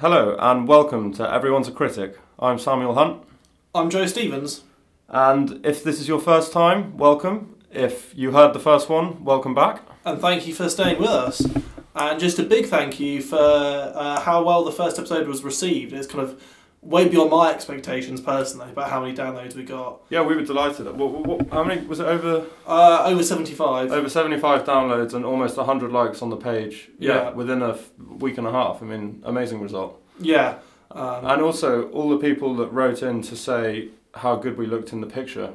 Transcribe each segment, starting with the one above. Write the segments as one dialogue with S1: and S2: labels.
S1: and welcome to Everyone's a Critic. I'm Samuel Hunt,
S2: I'm Joe Stevens.
S1: and if this is your first time, welcome. If you heard the first one, welcome back.
S2: and thank you for staying with us. And just a big thank you for uh, how well the first episode was received. It's kind of way beyond my expectations personally about how many downloads we got.
S1: Yeah, we were delighted. What, what, what- how many was it? Over
S2: Uh, over 75.
S1: over seventy-five downloads and almost hundred likes on the page.
S2: Yeah.
S1: within a f- week and a half. I mean, amazing result.
S2: Yeah. Um,
S1: And also, all the people that wrote in to say how good we looked in the picture.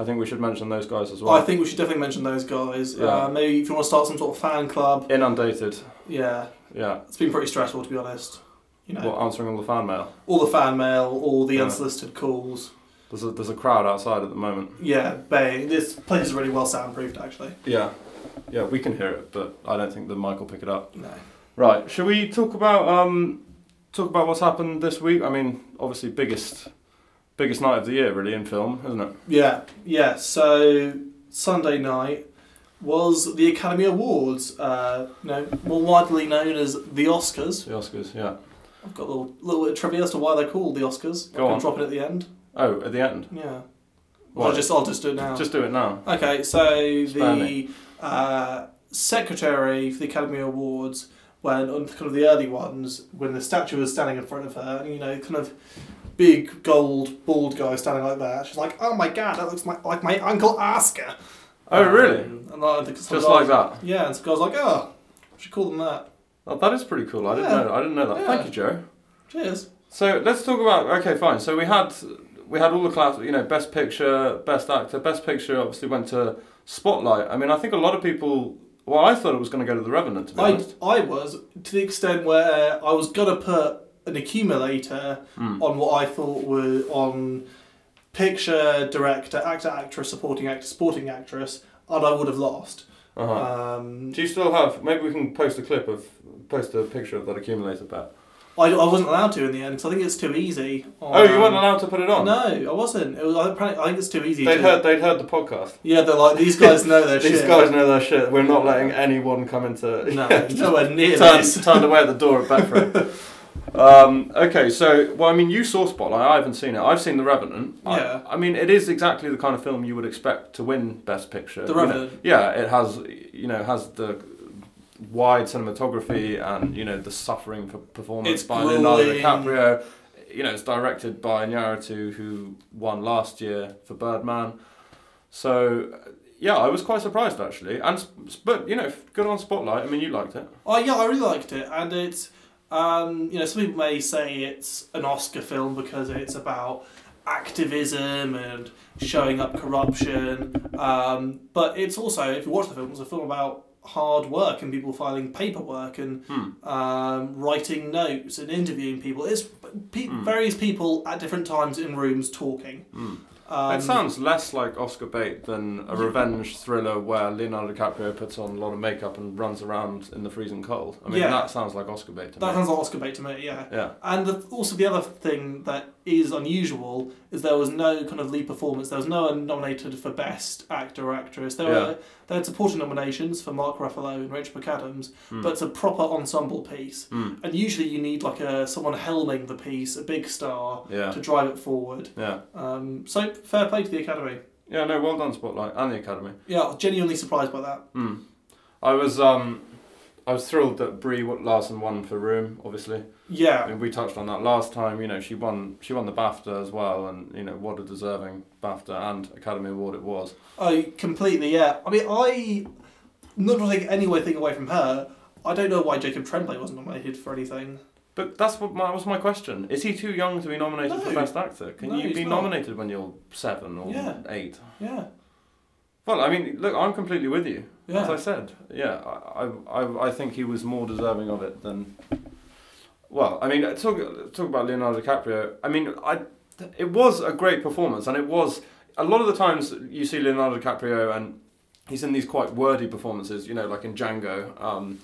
S1: I think we should mention those guys as well.
S2: I think we should definitely mention those guys.
S1: Yeah.
S2: Uh, maybe if you want to start some sort of fan club.
S1: inundated.
S2: Yeah.
S1: Yeah,
S2: It's been pretty stressful, to be honest. You know,
S1: well, answering all the fan mail.
S2: all the fan mail, all the
S1: Yeah.
S2: unsolicited calls.
S1: There's a, there's a crowd outside at the moment.
S2: Yeah, bang. This place is really well soundproofed, actually.
S1: Yeah, yeah, we can hear it, but I don't think the mic will pick it up.
S2: No.
S1: Right, should we talk about um, talk about what's happened this week? I mean, obviously biggest biggest night of the year, really, in film, isn't it?
S2: Yeah, yeah. So Sunday night was the Academy Awards, uh, you know, more widely known as the Oscars.
S1: The Oscars, yeah.
S2: I've got a little, little bit of trivia as to why they're called the Oscars.
S1: Go
S2: I can
S1: on.
S2: drop it at the end.
S1: Oh, at the end.
S2: Yeah. Well,
S1: Right.
S2: I'll just I'll just do it now.
S1: Just do it now.
S2: Okay, so
S1: Spare
S2: the uh, secretary for the Academy Awards, when on kind of the early ones, when the statue was standing in front of her, and you know, kind of big gold bald guy standing like that, she's like, "Oh my god, that looks my, like my uncle Oscar."
S1: Oh,
S2: Um,
S1: really?
S2: and I think some
S1: Just
S2: guy-
S1: like that.
S2: Yeah, and some guy's like, "Oh, we should call them that."
S1: Oh, that is pretty cool. I didn't
S2: Yeah.
S1: know. I didn't know that.
S2: Yeah.
S1: Thank you, Joe.
S2: Cheers.
S1: So let's talk about. Okay, fine. So we had we had all the class. You know, best picture, best actor, best picture. Obviously went to Spotlight. I mean, I think a lot of people. Well, I thought it was going to go to The Revenant. To be
S2: I
S1: honest.
S2: I was to the extent where I was gonna put an accumulator
S1: Hmm.
S2: on what I thought were on picture, director, actor, actress, supporting actor, supporting actress, and I would have lost.
S1: Uh-huh.
S2: Um,
S1: Do you still have? Maybe we can post a clip of, post a picture of that accumulator bet.
S2: I, I wasn't allowed to in the end because I think it's too easy. on-
S1: oh, you weren't allowed to put it on.
S2: um, No, I wasn't. It was, I, apparently- I think it's too easy.
S1: they'd
S2: to-
S1: heard. They'd heard the podcast.
S2: Yeah, they're like these guys know their
S1: These
S2: shit.
S1: guys know their shit. We're not letting anyone come into.
S2: No, nowhere near
S1: turned,
S2: this.
S1: turned away at the door at Betfred. um, okay, so well, I mean, you saw Spotlight. I haven't seen it. I've seen The Revenant. I-
S2: Yeah.
S1: I, mean, it is exactly the kind of film you would expect to win Best Picture.
S2: The
S1: you know.
S2: Revenant.
S1: yeah, it has. You know, has the wide cinematography and you know the suffering for performance
S2: It's
S1: by Leonardo
S2: grueling.
S1: DiCaprio. You know, it's directed by Nyaratu, who won last year for Birdman. So. Yeah, I was quite surprised actually, and s- but you know, good on Spotlight. I mean, you liked it.
S2: Oh yeah, I really liked it, and it's um, you know some people may say it's an Oscar film because it's about activism and showing up corruption, um, but it's also if you watch the film, it's a film about hard work and people filing paperwork and
S1: Hmm.
S2: um, writing notes and interviewing people. It's pe-
S1: Hmm.
S2: various people at different times in rooms talking.
S1: Hmm.
S2: Um,
S1: it sounds less like Oscar bait than a revenge thriller where Leonardo DiCaprio puts on a lot of makeup and runs around in the freezing cold. I mean,
S2: Yeah.
S1: that sounds like Oscar bait to
S2: that
S1: me.
S2: sounds like Oscar bait to me. Yeah.
S1: Yeah.
S2: And the, also the other thing that is unusual is there was no kind of lead performance. There was no one nominated for best actor or actress. There
S1: Yeah.
S2: were they had supporting nominations for Mark Ruffalo and Rachel McAdams,
S1: Mm.
S2: but it's a proper ensemble piece.
S1: Mm.
S2: And usually you need like a someone helming the piece, a big star,
S1: Yeah.
S2: to drive it forward.
S1: Yeah.
S2: Um, so fair play to the Academy.
S1: Yeah, no, well done, Spotlight and the Academy.
S2: Yeah, I was genuinely surprised by that.
S1: Mm. I was um, I was thrilled that Brie Larson won for Room, obviously. I
S2: Yeah,
S1: mean, we touched on that last time. You know, she won she won the BAFTA as well, and you know what a deserving BAFTA and Academy Award it was.
S2: I Oh, completely. Yeah, I mean, I not to take any thing away from her. I don't know why Jacob Tremblay wasn't nominated for anything.
S1: But that's what my, was my question. Is he too young to be nominated for
S2: No.
S1: Best Actor? Can
S2: No,
S1: you
S2: he's
S1: be
S2: not.
S1: nominated when you're seven or
S2: Yeah.
S1: eight?
S2: Yeah,
S1: Well, I mean, look, I'm completely with you. As I
S2: yeah.
S1: said, yeah, I, I, I- I think he was more deserving of it than. Well, I mean, talk talk about Leonardo DiCaprio. I mean, I it was a great performance, and it was a lot of the times you see Leonardo DiCaprio, and he's in these quite wordy performances. You know, like in Django, um,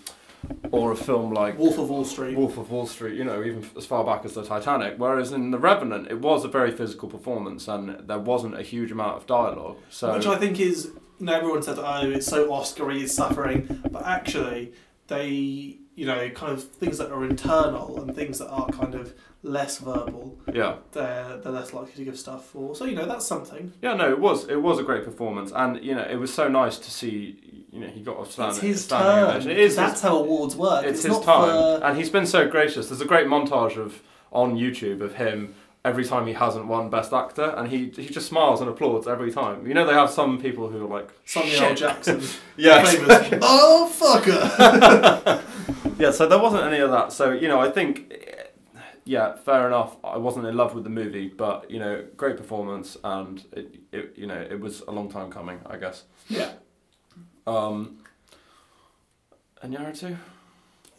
S1: or a film like
S2: Wolf of Wall Street.
S1: Wolf of Wall Street, you know, even as far back as the Titanic. Whereas in The Revenant, it was a very physical performance and there wasn't a huge amount of dialogue. So,
S2: Which I think is, you know, everyone said, oh, it's so Oscar y, it's suffering. But actually, they you know, kind of things that are internal and things that are kind of less verbal,
S1: Yeah,
S2: they're, they're less likely to give stuff for. So, you know, that's something.
S1: yeah. No, it was it was a great performance, and you know it was so nice to see. You know, he got a
S2: It's
S1: standing.
S2: his
S1: standing
S2: turn.
S1: ovation. It is. his-
S2: that's how awards work.
S1: it's, his
S2: not
S1: time,
S2: for-
S1: and he's been so gracious. There's a great montage of on YouTube of him every time he hasn't won Best Actor, and he he just smiles and applauds every time. You know, they have some people who are like,
S2: Samuel
S1: "Shit."
S2: L. Jackson.
S1: yeah,
S2: Famous. oh, fucker.
S1: yeah. So there wasn't any of that. So you know, I think, eh, yeah, fair enough. I wasn't in love with the movie, but you know, great performance, and it, it you know it was a long time coming, I guess.
S2: Yeah.
S1: Um, Iñárritu?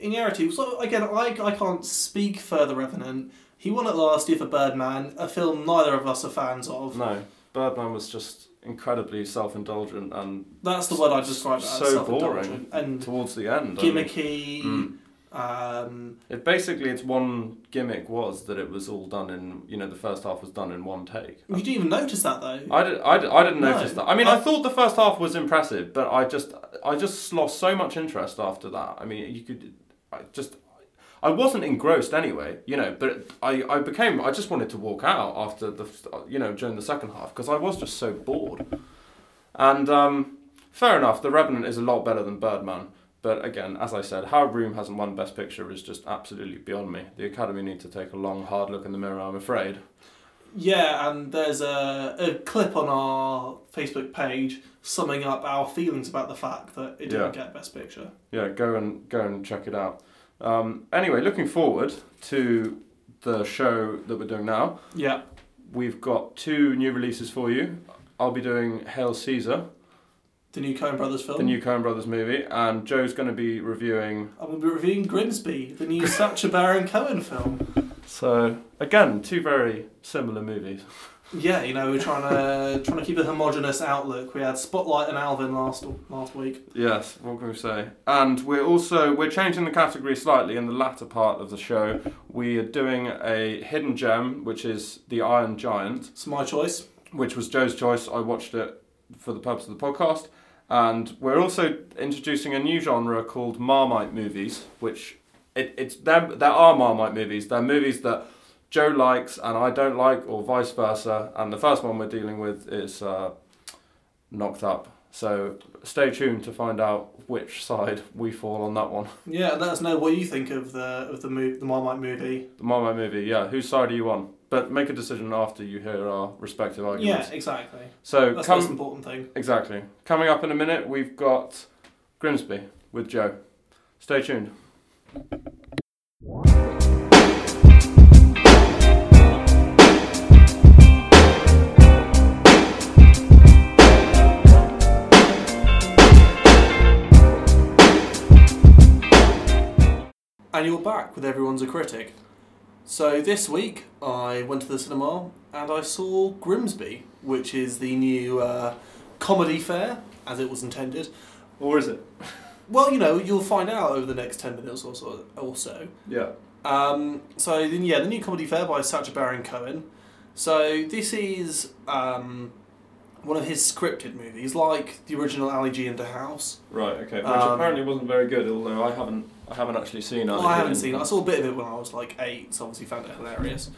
S2: Iñárritu, so again, I, I can't speak for The Revenant. He won it last year for Birdman, a film neither of us are fans of.
S1: No, Birdman was just incredibly self-indulgent and
S2: That's the word I describe it as.
S1: so boring
S2: self-indulgent And
S1: towards the end. I mean,
S2: gimmicky.
S1: Mm.
S2: Um,
S1: It basically, its one gimmick was that it was all done in, you know, the first half was done in one take.
S2: you didn't even notice that though.
S1: I, did, I, did, I didn't
S2: No.
S1: notice that. I mean, I thought the first half was impressive, but I just, I just lost so much interest after that. I mean, you could, I just, I wasn't engrossed anyway, you know. But I, I became, I just wanted to walk out after the, you know, during the second half because I was just so bored. And um, fair enough, The Revenant is a lot better than Birdman. But again, as I said, how Room hasn't won Best Picture is just absolutely beyond me. The Academy need to take a long, hard look in the mirror, I'm afraid.
S2: Yeah, and there's a, a clip on our Facebook page summing up our feelings about the fact that it didn't get Best Picture.
S1: yeah, go and go and check it out. Um, anyway, looking forward to the show that we're doing now.
S2: Yeah.
S1: We've got two new releases for you. I'll be doing Hail Caesar,
S2: The new Coen Brothers film.
S1: the new Coen Brothers movie, and Joe's going to be reviewing.
S2: I'm going to be reviewing Grimsby, the new Sacha Baron Cohen film.
S1: So again, two very similar movies.
S2: Yeah, you know, we're trying to trying to keep a homogenous outlook. We had Spotlight and Alvin last last week.
S1: Yes, what can we say? And we're also we're changing the category slightly in the latter part of the show. We are doing a hidden gem, which is the Iron Giant.
S2: It's my choice.
S1: which was Joe's choice. I watched it for the purpose of the podcast. And we're also introducing a new genre called Marmite movies, which it, it's them. There are Marmite movies. They're movies that Joe likes and I don't like, or vice versa. And the first one we're dealing with is uh, Knocked Up. So stay tuned to find out which side we fall on that one.
S2: Yeah, let us know what you think of the of the mo- the Marmite movie.
S1: The Marmite movie, yeah. Whose side are you on? But make a decision after you hear our respective arguments.
S2: Yeah, exactly.
S1: So
S2: That's the
S1: come
S2: most important thing.
S1: Exactly. Coming up in a minute, we've got Grimsby with Joe. Stay tuned.
S2: And you're back with Everyone's a Critic. So this week I went to the cinema and I saw Grimsby, which is the new uh, comedy fair, as it was intended.
S1: Or is it?
S2: Well, you know, you'll find out over the next 10 minutes or so. Or so.
S1: Yeah.
S2: Um, so, then, yeah, the new comedy fair by Sacha Baron Cohen. So this is um, one of his scripted movies, like the original Ali G and the House.
S1: Right. Okay. Which
S2: Um,
S1: apparently wasn't very good, although I haven't, I haven't actually seen.
S2: Well,
S1: Ali
S2: I
S1: G
S2: haven't
S1: in-
S2: seen it. I saw a bit of it when I was like eight, so obviously found it hilarious.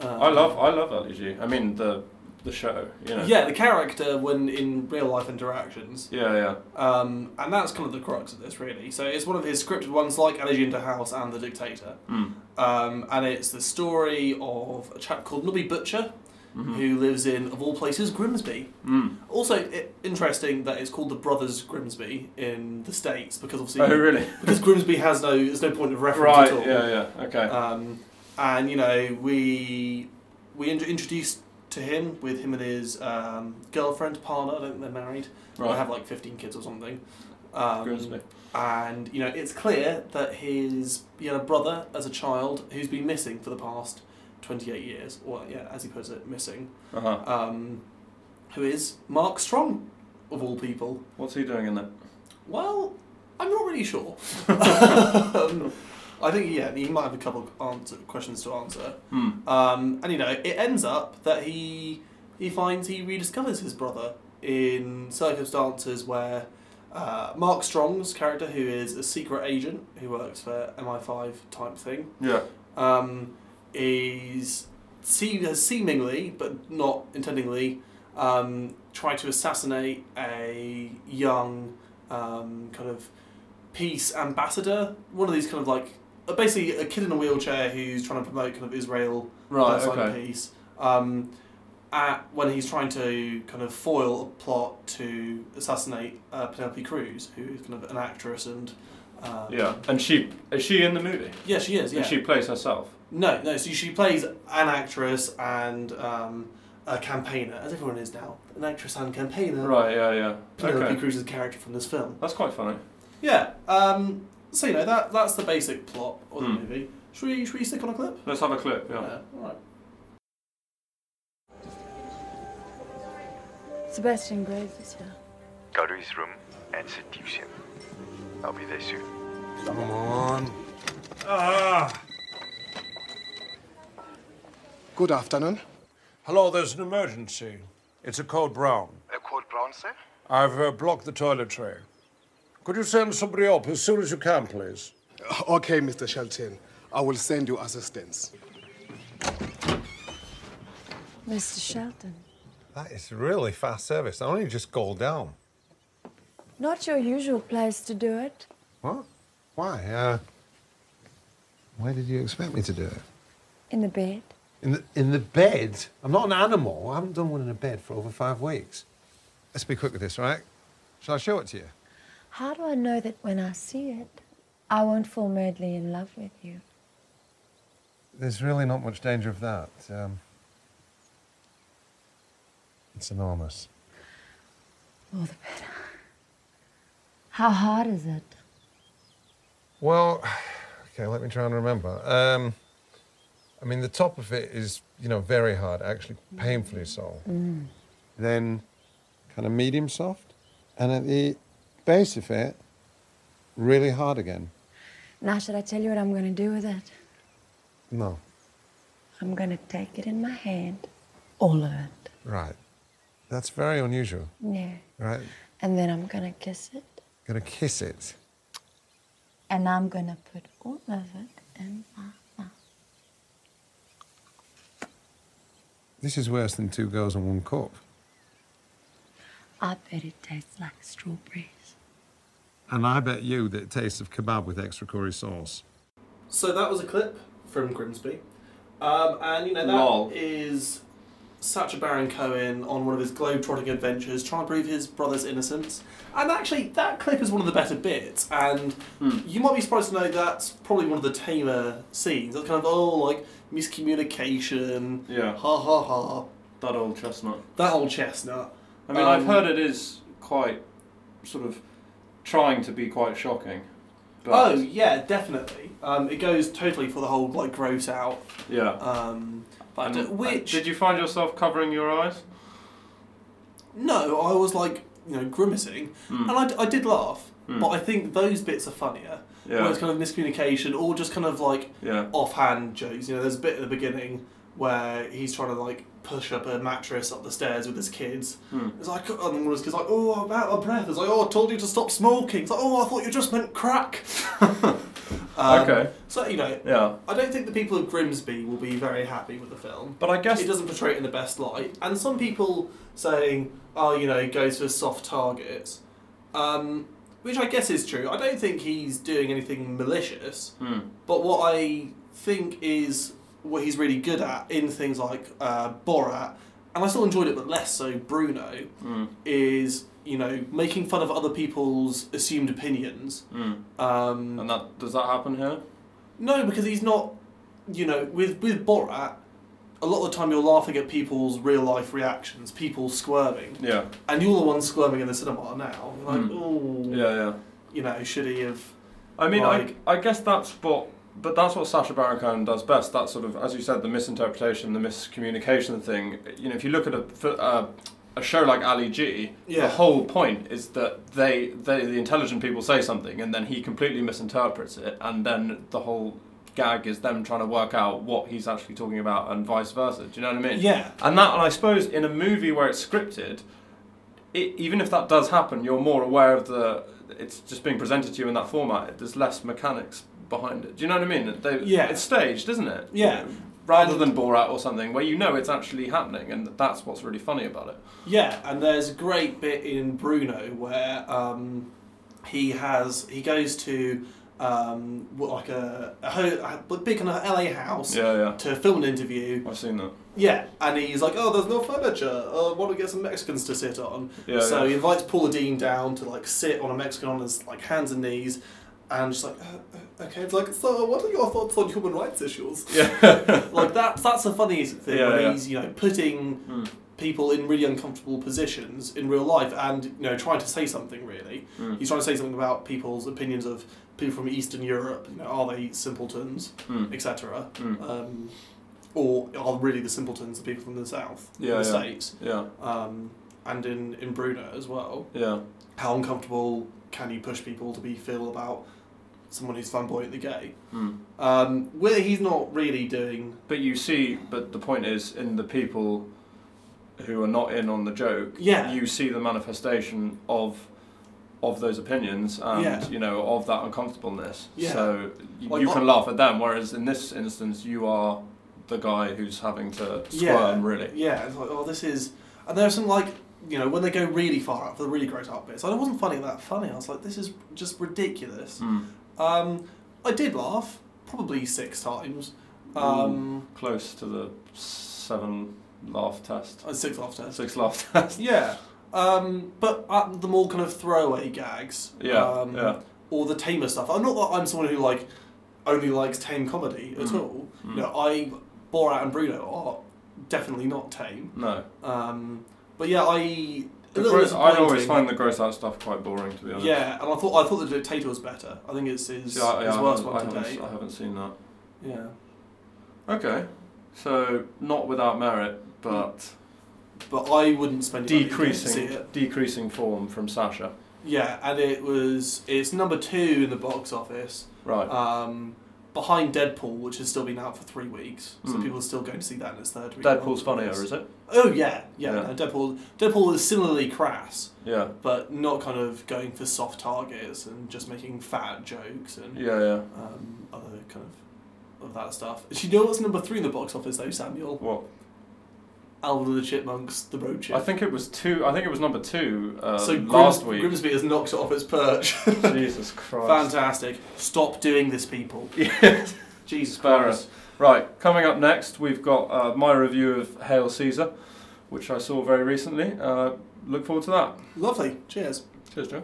S2: Um,
S1: I love, I love Ali G. I mean the, the show. You know.
S2: Yeah, the character when in real life interactions.
S1: Yeah. Yeah.
S2: Um, and that's kind of the crux of this, really. So it's one of his scripted ones, like Elegy into House and The Dictator.
S1: Mm.
S2: Um, and it's the story of a chap called Nubby Butcher,
S1: Mhm.
S2: who lives in, of all places, Grimsby.
S1: Mm.
S2: Also, it, interesting that it's called the Brothers Grimsby in the States, because obviously.
S1: Oh really?
S2: Because Grimsby has no, there's no point of reference
S1: Right.
S2: at all.
S1: Yeah. Yeah. Okay.
S2: Um, and you know, we we int- introduced to him with him and his um, girlfriend partner. I don't think they're married. They
S1: right.
S2: have like fifteen kids or something. Um,
S1: Grimsby.
S2: And you know, it's clear that his he had a brother as a child who's been missing for the past twenty eight years, or yeah, as he puts it, missing.
S1: Uh huh.
S2: Um, who is Mark Strong, of all people.
S1: What's he doing in that?
S2: Well, I'm not really sure. um, I think yeah, he might have a couple of answer, questions to answer.
S1: Hmm.
S2: Um, and you know, it ends up that he he finds he rediscovers his brother in circumstances where uh, Mark Strong's character, who is a secret agent who works for MI5 type thing,
S1: Yeah.
S2: um, is se- has seemingly, but not intendingly, um, tried to assassinate a young um, kind of peace ambassador. One of these kind of like uh, basically a kid in a wheelchair who's trying to promote kind of Israel
S3: Right.
S2: that's like
S3: Okay.
S2: peace. Um, at, when he's trying to kind of foil a plot to assassinate uh, Penelope Cruz, who is kind of an actress and. Um,
S1: Yeah. And she is she in the movie?
S2: Yeah, she is. Yeah.
S1: And she plays herself.
S2: no, no. So she plays an actress and um, a campaigner, as everyone is now. An actress and campaigner.
S1: Right. Yeah. Yeah.
S2: Penelope
S1: Okay.
S2: Cruz is a character from this film.
S1: That's quite funny.
S2: Yeah. Um, so you know that that's the basic plot of the
S1: Hmm.
S2: movie. Should we should we stick on a clip?
S1: Let's have a clip. Yeah.
S2: all right.
S4: Sebastian Graves is here.
S5: Go to his room and seduce him. I'll be there soon.
S6: Come on.
S7: Good afternoon.
S6: Hello, there's an emergency. It's a code brown.
S5: A code brown, sir?
S6: I've uh, blocked the toilet tray. Could you send somebody up as soon as you can, please?
S7: Okay, Mr. Shelton. I will send you assistance.
S4: Mr. Shelton.
S8: That is really fast service. I only just called down.
S4: Not your usual place to do it.
S8: What? Why? Uh, where did you expect me to do it?
S4: In the bed.
S8: In the, in the bed? I'm not an animal. I haven't done one in a bed for over five weeks. Let's be quick with this, right? Shall I show it to you?
S4: How do I know that when I see it, I won't fall madly in love with you?
S8: There's really not much danger of that. Um, it's enormous.
S4: All the better. How hard is it?
S8: Well, okay, let me try and remember. Um, I mean, the top of it is, you know, very hard, actually, painfully so. Then kind of medium soft. And at the base of it, really hard again.
S4: Now, should I tell you what I'm going to do with it?
S8: No.
S4: I'm going to take it in my hand. All of it.
S8: Right. That's very unusual,
S4: Yeah.
S8: right?
S4: And then I'm going to kiss it.
S8: Gonna kiss it.
S4: And I'm going to put all of it in my mouth.
S8: This is worse than two girls and one cup.
S4: I bet it tastes like strawberries.
S8: And I bet you that it tastes of kebab with extra curry sauce.
S2: So that was a clip from Grimsby. Um, and you know that is
S1: Lol.
S2: Sacha Baron Cohen on one of his globe-trotting adventures, trying to prove his brother's innocence. And actually, that clip is one of the better bits. And you might be surprised to know that's probably one of the tamer scenes. That kind of oh, like miscommunication.
S1: Yeah.
S2: Ha ha ha.
S1: That old chestnut.
S2: That old chestnut.
S1: I mean, I've
S2: Um,
S1: heard it is quite sort of trying to be quite shocking.
S2: Oh
S1: But,
S2: yeah, definitely. Um, it goes totally for the whole like gross out.
S1: yeah.
S2: Um, but
S1: And-
S2: uh, which
S1: did you find yourself covering your eyes?
S2: No, I was like, you know, grimacing, and I, d- I did laugh, but I think those bits are funnier. Where it's kind of miscommunication or just kind of like
S1: Yeah.
S2: offhand jokes. You know, there's a bit at the beginning where he's trying to like push up a mattress up the stairs with his kids. It's like, and one of his kids like, oh, I'm out of breath. It's like, oh, I told you to stop smoking. It's like, oh, I thought you just meant crack. Um,
S1: Okay.
S2: So you know,
S1: Yeah.
S2: I don't think the people of Grimsby will be very happy with the film
S1: But I guess
S2: it doesn't portray it in the best light. And some people saying, oh, you know, he goes for soft targets, um, which I guess is true. I don't think he's doing anything malicious, but what I think is what he's really good at in things like uh, Borat, and I still enjoyed it, but less so Bruno, is, you know, making fun of other people's assumed opinions. Um,
S1: and that does that happen here?
S2: no, because he's not. You know, with with Borat, a lot of the time you're laughing at people's real life reactions, people squirming,
S1: Yeah.
S2: and you're the one squirming in the cinema now. You're like, oh,
S1: Hmm. Yeah, yeah.
S2: you know, should he have?
S1: I mean,
S2: Like-
S1: I, I guess that's what, but that's what Sacha Baron Cohen does best. That sort of, as you said, the misinterpretation, the miscommunication thing. You know, if you look at a f- uh, a show like Ali G,
S2: Yeah.
S1: the whole point is that they, they the intelligent people say something, and then he completely misinterprets it, and then the whole gag is them trying to work out what he's actually talking about, and vice versa. Do you know what I mean?
S2: Yeah.
S1: And that, and I suppose in a movie where it's scripted, it, even if that does happen, you're more aware of the. It's just being presented to you in that format. There's less mechanics behind it. Do you know what I mean? They,
S2: Yeah.
S1: It's staged, isn't it?
S2: Yeah.
S1: Rather than Borat or something where you know it's actually happening, and that's what's really funny about it.
S2: Yeah, and there's a great bit in Bruno where um, he has he goes to um, what, like a, a, ho- a big kind of LA house
S1: Yeah, yeah.
S2: to film an interview.
S1: I've seen that.
S2: Yeah, and he's like, "Oh, there's no furniture. Uh, want to get some Mexicans to sit on?"
S1: Yeah,
S2: so
S1: yeah.
S2: he invites Paula Dean down to like sit on a Mexican on his like hands and knees, and she's like, uh, uh, "Okay." It's like, "So, what are your thoughts on human rights issues?"
S1: Yeah.
S2: like that's that's the funniest thing
S1: Yeah,
S2: when
S1: yeah. Hmm.
S2: he's you know putting people in really uncomfortable positions in real life and you know trying to say something really
S1: Hmm.
S2: he's trying to say something about people's opinions of people from eastern europe you know, are they simpletons
S1: Hmm. Mm.
S2: etc um, or are really the simpletons the people from the south
S1: Yeah,
S2: the
S1: yeah.
S2: states
S1: yeah.
S2: um, and in, in bruno as well
S1: Yeah.
S2: how uncomfortable can you push people to be feel about someone who's flamboyantly gay
S1: Mm.
S2: um, where he's not really doing
S1: But you see, but the point is, in the people who are not in on the joke,
S2: Yeah.
S1: you see the manifestation of of those opinions and
S2: Yeah.
S1: you know of that uncomfortableness.
S2: Yeah.
S1: So y-
S2: Like,
S1: you
S2: I-
S1: can laugh at them, whereas in this instance, you are the guy who's having to squirm really.
S2: Yeah, it's like, oh, this is. And there's some, like, you know, when they go really far out for the really gross out bits, I wasn't finding that funny. I was like, this is just ridiculous.
S1: Mm.
S2: Um, I did laugh, probably six times. Um,
S1: Close to the seven laugh test,
S2: uh, Six laugh tests.
S1: six laugh test.
S2: Yeah. Um, but at the more kind of throwaway gags.
S1: Yeah,
S2: Um,
S1: yeah.
S2: Or the tamer stuff. I'm not that I'm someone who, like, only likes tame comedy
S1: Mm.
S2: at all. You know, I, Borat and Bruno are definitely not tame.
S1: No.
S2: Um, but yeah, I. a
S1: The
S2: little
S1: gross, I always
S2: disappointing.
S1: find the gross out stuff quite boring, to be honest.
S2: Yeah, and I thought I thought the dictator was better. I think it's his,
S1: See, I,
S2: his
S1: I
S2: worst
S1: haven't- I
S2: one to date.
S1: haven't, I haven't seen that.
S2: Yeah,
S1: Okay. So not without merit, but
S2: but I wouldn't spend your money if I didn't
S1: decreasing
S2: See it.
S1: decreasing form from Sasha.
S2: Yeah, and it was it's number two in the box office,
S1: Right.
S2: um, behind Deadpool, which has still been out for three weeks, so
S1: Mm.
S2: people are still going to see that in its third week.
S1: Deadpool's funnier, is it?
S2: Oh yeah, yeah.
S1: Yeah.
S2: No, Deadpool Deadpool is similarly crass,
S1: Yeah.
S2: but not kind of going for soft targets and just making fat jokes and
S1: Yeah, yeah.
S2: um, other kind of of that stuff. Do you know what's number three in the box office though, Samuel?
S1: What?
S2: Alvin and the Chipmunks, The Road Chip.
S1: I think it was two. I think it was number two uh,
S2: so Grims-
S1: last week.
S2: Grimsby has knocked it off its perch.
S1: Jesus Christ.
S2: Fantastic. Stop doing this, people.
S1: Yes.
S2: Jesus
S1: Barra.
S2: Christ.
S1: Right. Coming up next, we've got uh, my review of Hail Caesar, which I saw very recently. Uh, look forward to that.
S2: Lovely. Cheers.
S1: Cheers, Joe.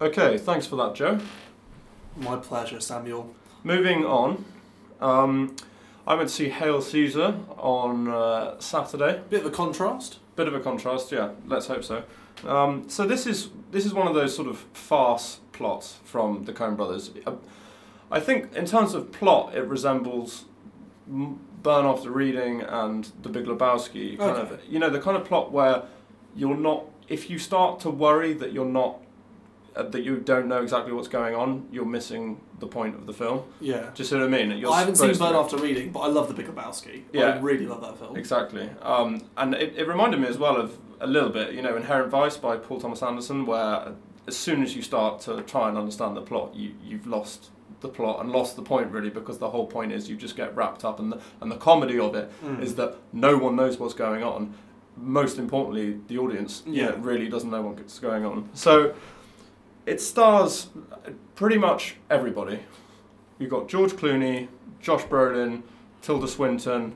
S1: Okay, thanks for that, Joe.
S2: My pleasure, Samuel.
S1: Moving on, um, I went to see Hail Caesar on uh, Saturday.
S2: Bit of a contrast.
S1: Bit of a contrast, yeah. Let's hope so. Um, so this is this is one of those sort of farce plots from the Coen Brothers. Uh, I think in terms of plot, it resembles M- Burn After Reading and The Big Lebowski. Kind of,
S2: Okay.
S1: you know, the kind of plot where you're not. If you start to worry that you're not, uh, that you don't know exactly what's going on, you're missing the point of the film.
S2: Yeah.
S1: Do you see what I mean? You're
S2: I haven't seen
S1: supposed to-
S2: Burn After Reading, but I love The Big Lebowski. I
S1: Yeah.
S2: really love that film.
S1: Exactly. Um, and it, it reminded me as well of a little bit, you know, Inherent Vice by Paul Thomas Anderson, where as soon as you start to try and understand the plot, you, you've lost the plot and lost the point really because the whole point is you just get wrapped up and the, and the comedy of it
S2: Hmm.
S1: is
S2: Mm.
S1: that no one knows what's going on. Most importantly, the audience you know,
S2: Yeah.
S1: really doesn't know what's going on. So it stars pretty much everybody. You've got George Clooney, Josh Brolin, Tilda Swinton,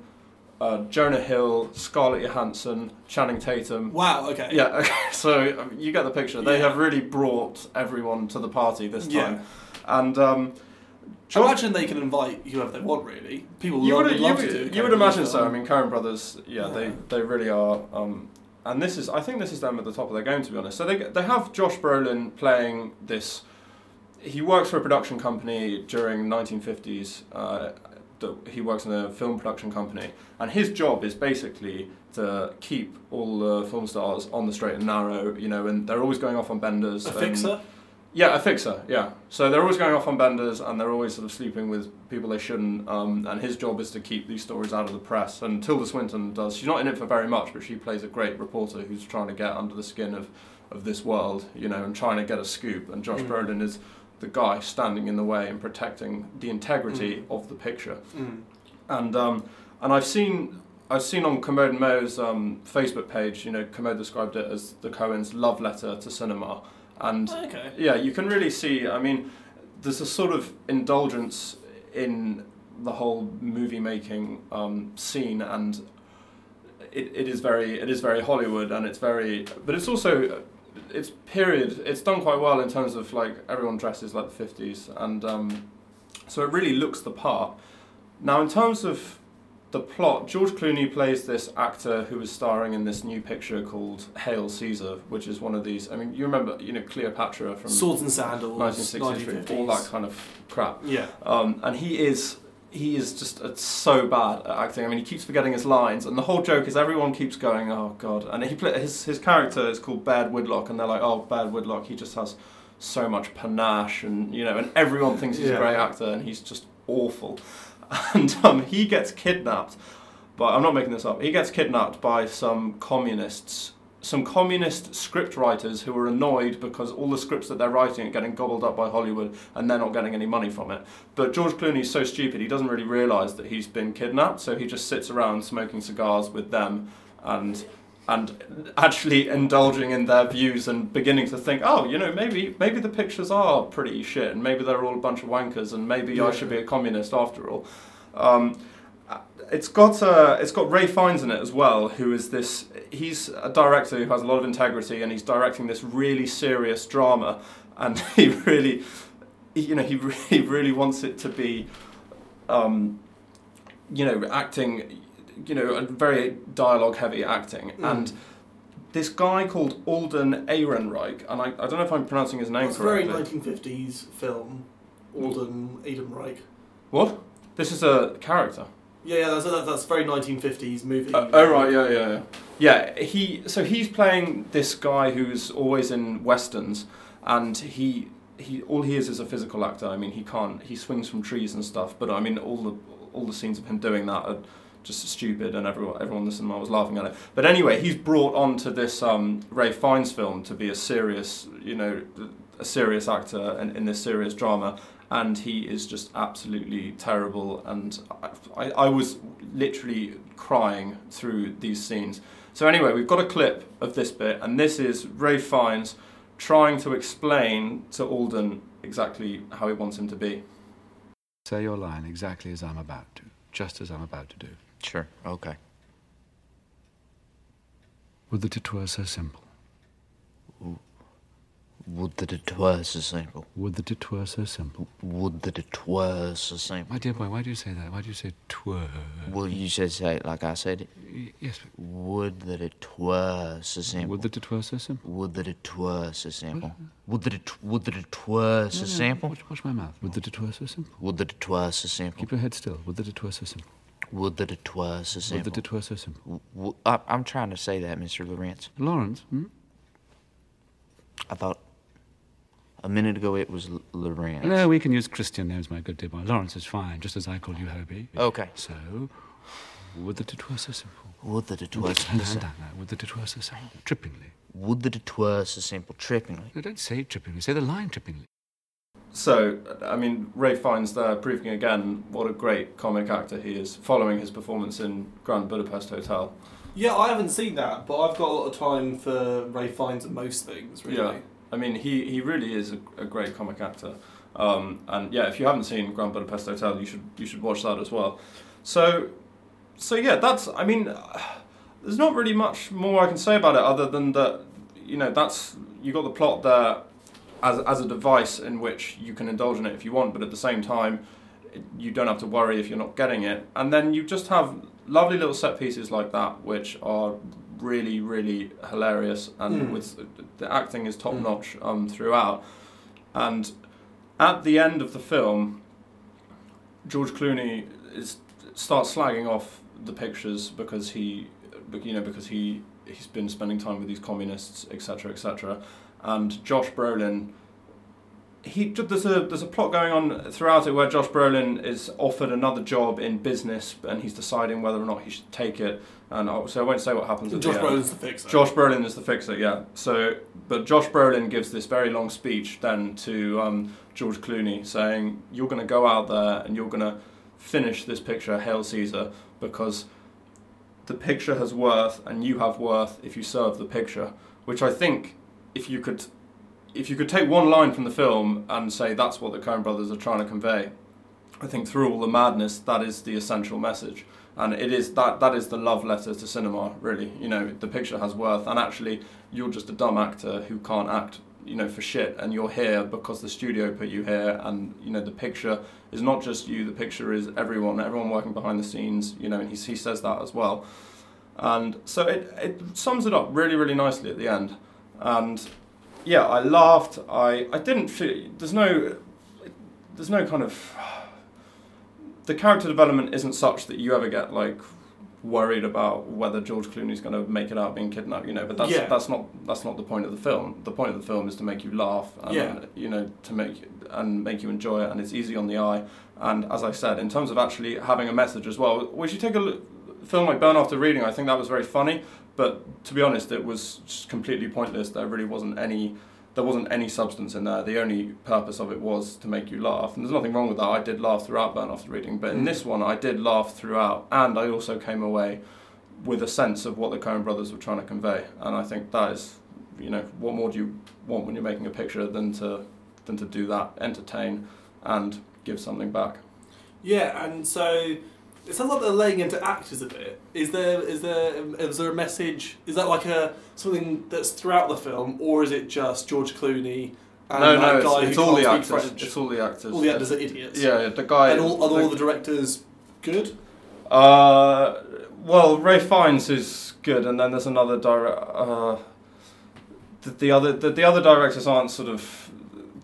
S1: uh, Jonah Hill, Scarlett Johansson, Channing Tatum.
S2: Wow, okay.
S1: Yeah, okay, so um, you get the picture. They
S2: Yeah.
S1: have really brought everyone to the party this
S2: Yeah.
S1: time. And um,
S2: I
S1: George-
S2: imagine they can invite whoever they want, really. People
S1: you
S2: love,
S1: would,
S2: would
S1: you,
S2: love
S1: would-
S2: to do. a
S1: you would
S2: Coen
S1: imagine
S2: film.
S1: so. I mean, Coen Brothers, yeah,
S2: Yeah.
S1: they they really are. Um, and this is, I think, this is them at the top of their game, to be honest. So they they have Josh Brolin playing this. He works for a production company during 1950s uh, that he works in a film production company, and his job is basically to keep all the film stars on the straight and narrow. You know, and they're always going off on benders.
S2: A
S1: and-
S2: fixer?
S1: yeah, a fixer. Yeah. So they're always going off on benders, and they're always sort of sleeping with people they shouldn't. Um, and his job is to keep these stories out of the press. And Tilda Swinton does. She's not in it for very much, but she plays a great reporter who's trying to get under the skin of, of this world, you know, and trying to get a scoop. And Josh
S2: Mm.
S1: Brolin is the guy standing in the way and protecting the integrity of the picture
S2: Mm.
S1: and um, and I've seen I've seen on Commode and Mo's um, Facebook page, you know, Commode described it as the Coens' love letter to cinema, and
S2: Mm. Oh, Okay.
S1: yeah, you can really see. I mean, there's a sort of indulgence in the whole movie making um, scene, and it, it is very it is very Hollywood, and it's very but it's also it's period. It's done quite well in terms of like everyone dresses like the fifties, and um, so it really looks the part. Now, in terms of the plot, George Clooney plays this actor who is starring in this new picture called Hail Caesar, which is one of these. I mean, you remember, you know, Cleopatra from
S2: Swords and sandals.
S1: 1963, all that
S2: 1950s.
S1: kind of crap.
S2: Yeah.
S1: Um, and he is he is just uh, so bad at acting. I mean, he keeps forgetting his lines, and the whole joke is everyone keeps going, "Oh God!" And he play, his his character is called Bad Woodlock, and they're like, "Oh, Bad Woodlock." He just has so much panache, and you know, and everyone thinks he's
S2: Yeah.
S1: a great actor, and he's just awful. And um, he gets kidnapped. But I'm not making this up. He gets kidnapped by some communists, some communist script writers who are annoyed because all the scripts that they're writing are getting gobbled up by Hollywood and they're not getting any money from it. But George Clooney's so stupid, he doesn't really realise that he's been kidnapped, so he just sits around smoking cigars with them and and actually indulging in their views and beginning to think, oh, you know, maybe maybe the pictures are pretty shit and maybe they're all a bunch of wankers and maybe I should be a communist after all. Um, it's got uh, it's got Ray Fiennes in it as well, who is this. He's a director who has a lot of integrity, and he's directing this really serious drama, and he really, you know, he re- he really wants it to be, um, you know, acting, you know, a very dialogue heavy acting, and. This guy called Alden Ehrenreich, and I, I don't know if I'm pronouncing his name
S2: It's a very
S1: correctly.
S2: 1950s film. Alden, Eden Reich.
S1: what? This is a character.
S2: Yeah, yeah, that's, that, that's a very 1950s movie.
S1: Uh, oh right, yeah, yeah, yeah. Yeah, he. So he's playing this guy who's always in westerns, and he he all he is is a physical actor. I mean, he can't. He swings from trees and stuff. But I mean, all the all the scenes of him doing that are just stupid, and everyone everyone listening I was laughing at it. But anyway, he's brought on to this um, Ray Fiennes film to be a serious, you know, a serious actor in, in this serious drama. And he is just absolutely terrible, and I, I, I was literally crying through these scenes. So anyway, we've got a clip of this bit, and this is Ray Fiennes trying to explain to Alden exactly how he wants him to be.
S3: Say your line exactly as I'm about to, just as I'm about to do.
S9: Sure, okay.
S3: Would that it were so simple.
S9: Would that it were so simple.
S3: Would that it were so simple.
S9: Would that it were so simple.
S3: My dear boy, why do you say that? Why do you say twere?
S9: Well, you should say it like I said. it.
S3: Y- Yes,
S9: Would that it were so
S3: but
S9: simple.
S3: would that it were so simple.
S9: Would that it were so simple. Would that it would that it were so simple.
S3: Watch, watch my mouth. Would that it were so simple.
S9: Would that it were so simple.
S3: Keep your head still. Would that it were so simple.
S9: Would that it were so
S3: Would
S9: simple.
S3: that it were so simple.
S9: W- w- I- I'm trying to say that, Mr. Lawrence.
S3: Lawrence, hmm?
S9: I thought a minute ago it was L- Lawrence.
S3: No, we can use Christian names, my good dear boy. Lawrence is fine, just as I call you Hobie.
S9: Okay.
S3: So, would that it were so simple.
S9: Would that it were so
S3: No, no,
S9: simple.
S3: no, no. Would that it were so simple. Trippingly.
S9: Would that it were so simple. Trippingly.
S3: No, don't say trippingly. Say the line trippingly.
S1: So, I mean, Ray Fiennes there proving again what a great comic actor he is, following his performance in Grand Budapest Hotel.
S2: Yeah, I haven't seen that, but I've got a lot of time for Ray Fiennes and most things, really.
S1: Yeah. I mean, he, he really is a, a great comic actor. Um, and yeah, if you haven't seen Grand Budapest Hotel, you should you should watch that as well. So, so yeah, that's. I mean, there's not really much more I can say about it other than that you know that's you got the plot there as as a device in which you can indulge in it if you want, but at the same time it- you don't have to worry if you're not getting it, and then you just have lovely little set pieces like that which are really really hilarious and
S2: Mm.
S1: with the acting is top
S2: Mm.
S1: notch um, throughout, and at the end of the film, George Clooney is starts slagging off the pictures because he, bec- you know, because he he's been spending time with these communists, etc., etc. And Josh Brolin, he there's a there's a plot going on throughout it where Josh Brolin is offered another job in business, and he's deciding whether or not he should take it. And I, so I won't say what happens. at
S2: Josh
S1: the end.
S2: Brolin's the fixer.
S1: Josh Brolin is the fixer, yeah. So, but Josh Brolin gives this very long speech then to um, George Clooney saying, "You're going to go out there and you're going to finish this picture, Hail Caesar, because the picture has worth and you have worth if you serve the picture." Which I think, if you could, if you could take one line from the film and say that's what the Coen Brothers are trying to convey, I think through all the madness, that is the essential message, and it is that that is the love letter to cinema. Really, you know, the picture has worth, and actually, you're just a dumb actor who can't act, you know, for shit, and you're here because the studio put you here, and you know, the picture is not just you. The picture is everyone, everyone working behind the scenes, you know, and he he says that as well, and so it it sums it up really really nicely at the end, and yeah, I laughed. I I didn't feel there's no there's no kind of the character development isn't such that you ever get like worried about whether George Clooney's going to make it out being kidnapped, you know. But that's
S2: Yeah.
S1: that's not that's not the point of the film. The point of the film is to make you laugh, and
S2: Yeah.
S1: you know, to make and make you enjoy it, and it's easy on the eye. And as I said, in terms of actually having a message as well, which you take a look, film like Burn After Reading, I think that was very funny. But to be honest, it was just completely pointless. There really wasn't any. There wasn't any substance in there. The only purpose of it was to make you laugh, and there's nothing wrong with that. I did laugh throughout Burn After Reading, but
S2: Mm.
S1: in this one, I did laugh throughout, and I also came away with a sense of what the Coen Brothers were trying to convey, and I think that is, you know, what more do you want when you're making a picture than to than to do that, entertain, and give something back.
S2: Yeah, and so it sounds like they're laying into actors a bit. Is there is there is there a message? Is that like a something that's throughout the film, or is it just George Clooney and
S1: no, no,
S2: that
S1: it's,
S2: guy
S1: it's
S2: who
S1: all
S2: can't
S1: the actors.
S2: speak French?
S1: It's all the actors.
S2: All the actors are idiots.
S1: Yeah, yeah, the guy.
S2: and all, are all the directors good?
S1: uh, well, Ray Fiennes is good, and then there's another director. Uh, the, the other the, the other directors aren't sort of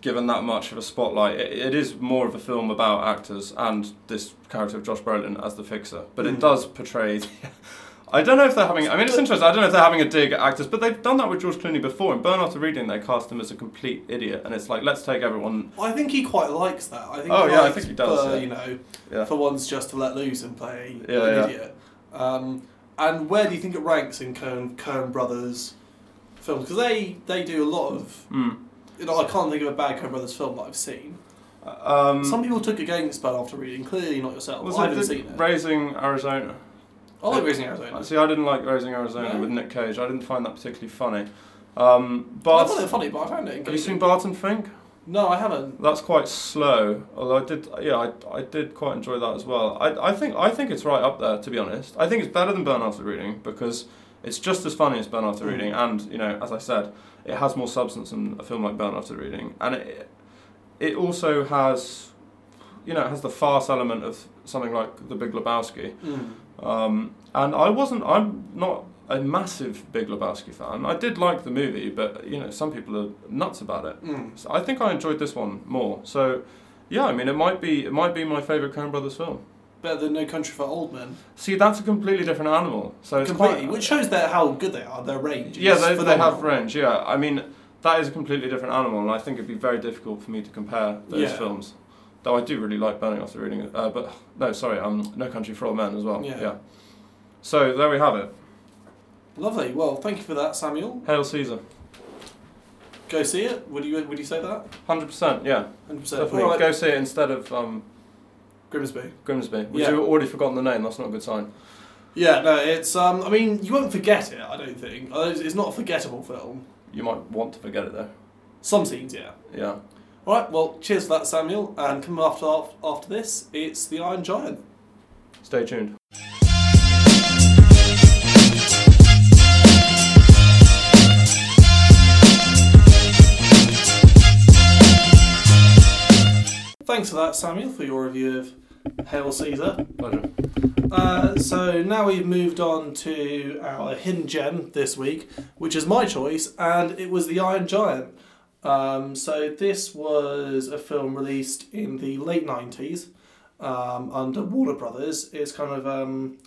S1: given that much of a spotlight. It, it is more of a film about actors and this character of Josh Brolin as the fixer, but it
S2: Mm.
S1: does portray. I don't know if they're having. I mean, it's interesting. I don't know if they're having a dig at actors, but they've done that with George Clooney before. In Burn After Reading, they cast him as a complete idiot, and it's like let's take everyone.
S2: I think he quite likes that. I think
S1: Oh,
S2: he
S1: yeah, I
S2: likes
S1: think he does,
S2: For,
S1: yeah.
S2: You know,
S1: Yeah.
S2: for once just to let loose and play
S1: Yeah,
S2: an
S1: yeah.
S2: idiot. Um, and where do you think it ranks in Coen, Coen Brothers films? Because they they do a lot of.
S1: Mm.
S2: You know, I can't think of a bad Coen Brothers film that I've seen.
S1: Um,
S2: Some people took against Bad after reading. Clearly not yourself.
S1: Was
S2: I
S1: it
S2: haven't
S1: the
S2: seen it.
S1: Raising Arizona?
S2: I like Raising Arizona.
S1: See, I didn't like Raising Arizona
S2: No?
S1: with Nick Cage. I didn't find that particularly funny. Um,
S2: I thought it
S1: Bart,
S2: funny, but I found it
S1: have you
S2: engaging.
S1: seen Barton Fink?
S2: No, I haven't.
S1: That's quite slow. Although I did, yeah, I, I did quite enjoy that as well. I, I think I think it's right up there to be honest. I think it's better than Burn After Reading because it's just as funny as Burn After
S2: Mm.
S1: Reading, and you know, as I said, it has more substance than a film like Burn After Reading, and it it also has, you know, it has the farce element of something like The Big Lebowski.
S2: Mm.
S1: Um, and I wasn't. I'm not a massive Big Lebowski fan. I did like the movie, but you know, some people are nuts about it.
S2: Mm.
S1: So I think I enjoyed this one more. So, yeah, I mean, it might be it might be my favorite Coen Brothers film.
S2: Better than No Country for Old Men.
S1: See, that's a completely different animal. So it's
S2: Completely,
S1: quite,
S2: which shows their how good they are. Their range.
S1: yeah,
S2: is
S1: they, they
S2: phenomenal.
S1: have range. Yeah, I mean, that is a completely different animal, and I think it'd be very difficult for me to compare those
S2: Yeah.
S1: films. Though I do really like Burning After Reading, uh, but no, sorry, um, No Country for Old Men as well.
S2: Yeah.
S1: yeah. So there we have it.
S2: Lovely. Well, thank you for that, Samuel.
S1: Hail Caesar.
S2: Go see it. Would you would you say that?
S1: Hundred percent, yeah,
S2: Hundred percent.
S1: definitely. Go see it instead of um,
S2: Grimsby.
S1: Grimsby, which
S2: Yeah.
S1: you've already forgotten the name. That's not a good sign.
S2: Yeah, no, it's. Um, I mean, you won't forget it. I don't think. Uh, It's it's not a forgettable film.
S1: You might want to forget it though.
S2: Some scenes, yeah.
S1: Yeah.
S2: All right. Well, cheers for that, Samuel. And coming after after this, it's the Iron Giant.
S1: Stay tuned.
S2: Thanks for that, Samuel, for your review of Hail Caesar.
S1: Pleasure.
S2: Uh, so now we've moved on to our hidden gem this week, which is my choice, and it was The Iron Giant. Um, so this was a film released in the late 90s, um, under Warner Brothers is kind of um,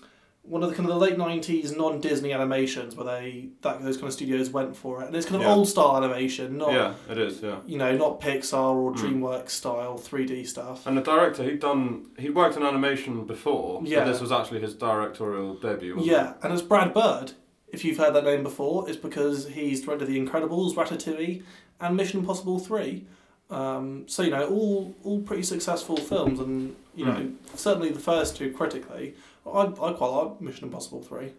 S2: one of the kind of the late nineties non Disney animations where they that those kind of studios went for it, and it's kind of
S1: Yeah.
S2: old style animation, not
S1: Oh. Yeah, it is. Yeah.
S2: you know not Pixar or DreamWorks style three D stuff.
S1: Hmm. And the director, he'd done, he'd worked in animation before. Yeah.
S2: Yeah.
S1: But this was actually his directorial debut. Wasn't
S2: Yeah, and it's Brad Bird. If you've heard that name before, it's because he's directed The Incredibles, Ratatouille, and Mission Impossible Three. Um, so you know, all all pretty successful films, and you
S1: Hmm.
S2: know, certainly the first two critically. I, I quite like Mission Impossible Three.
S1: It?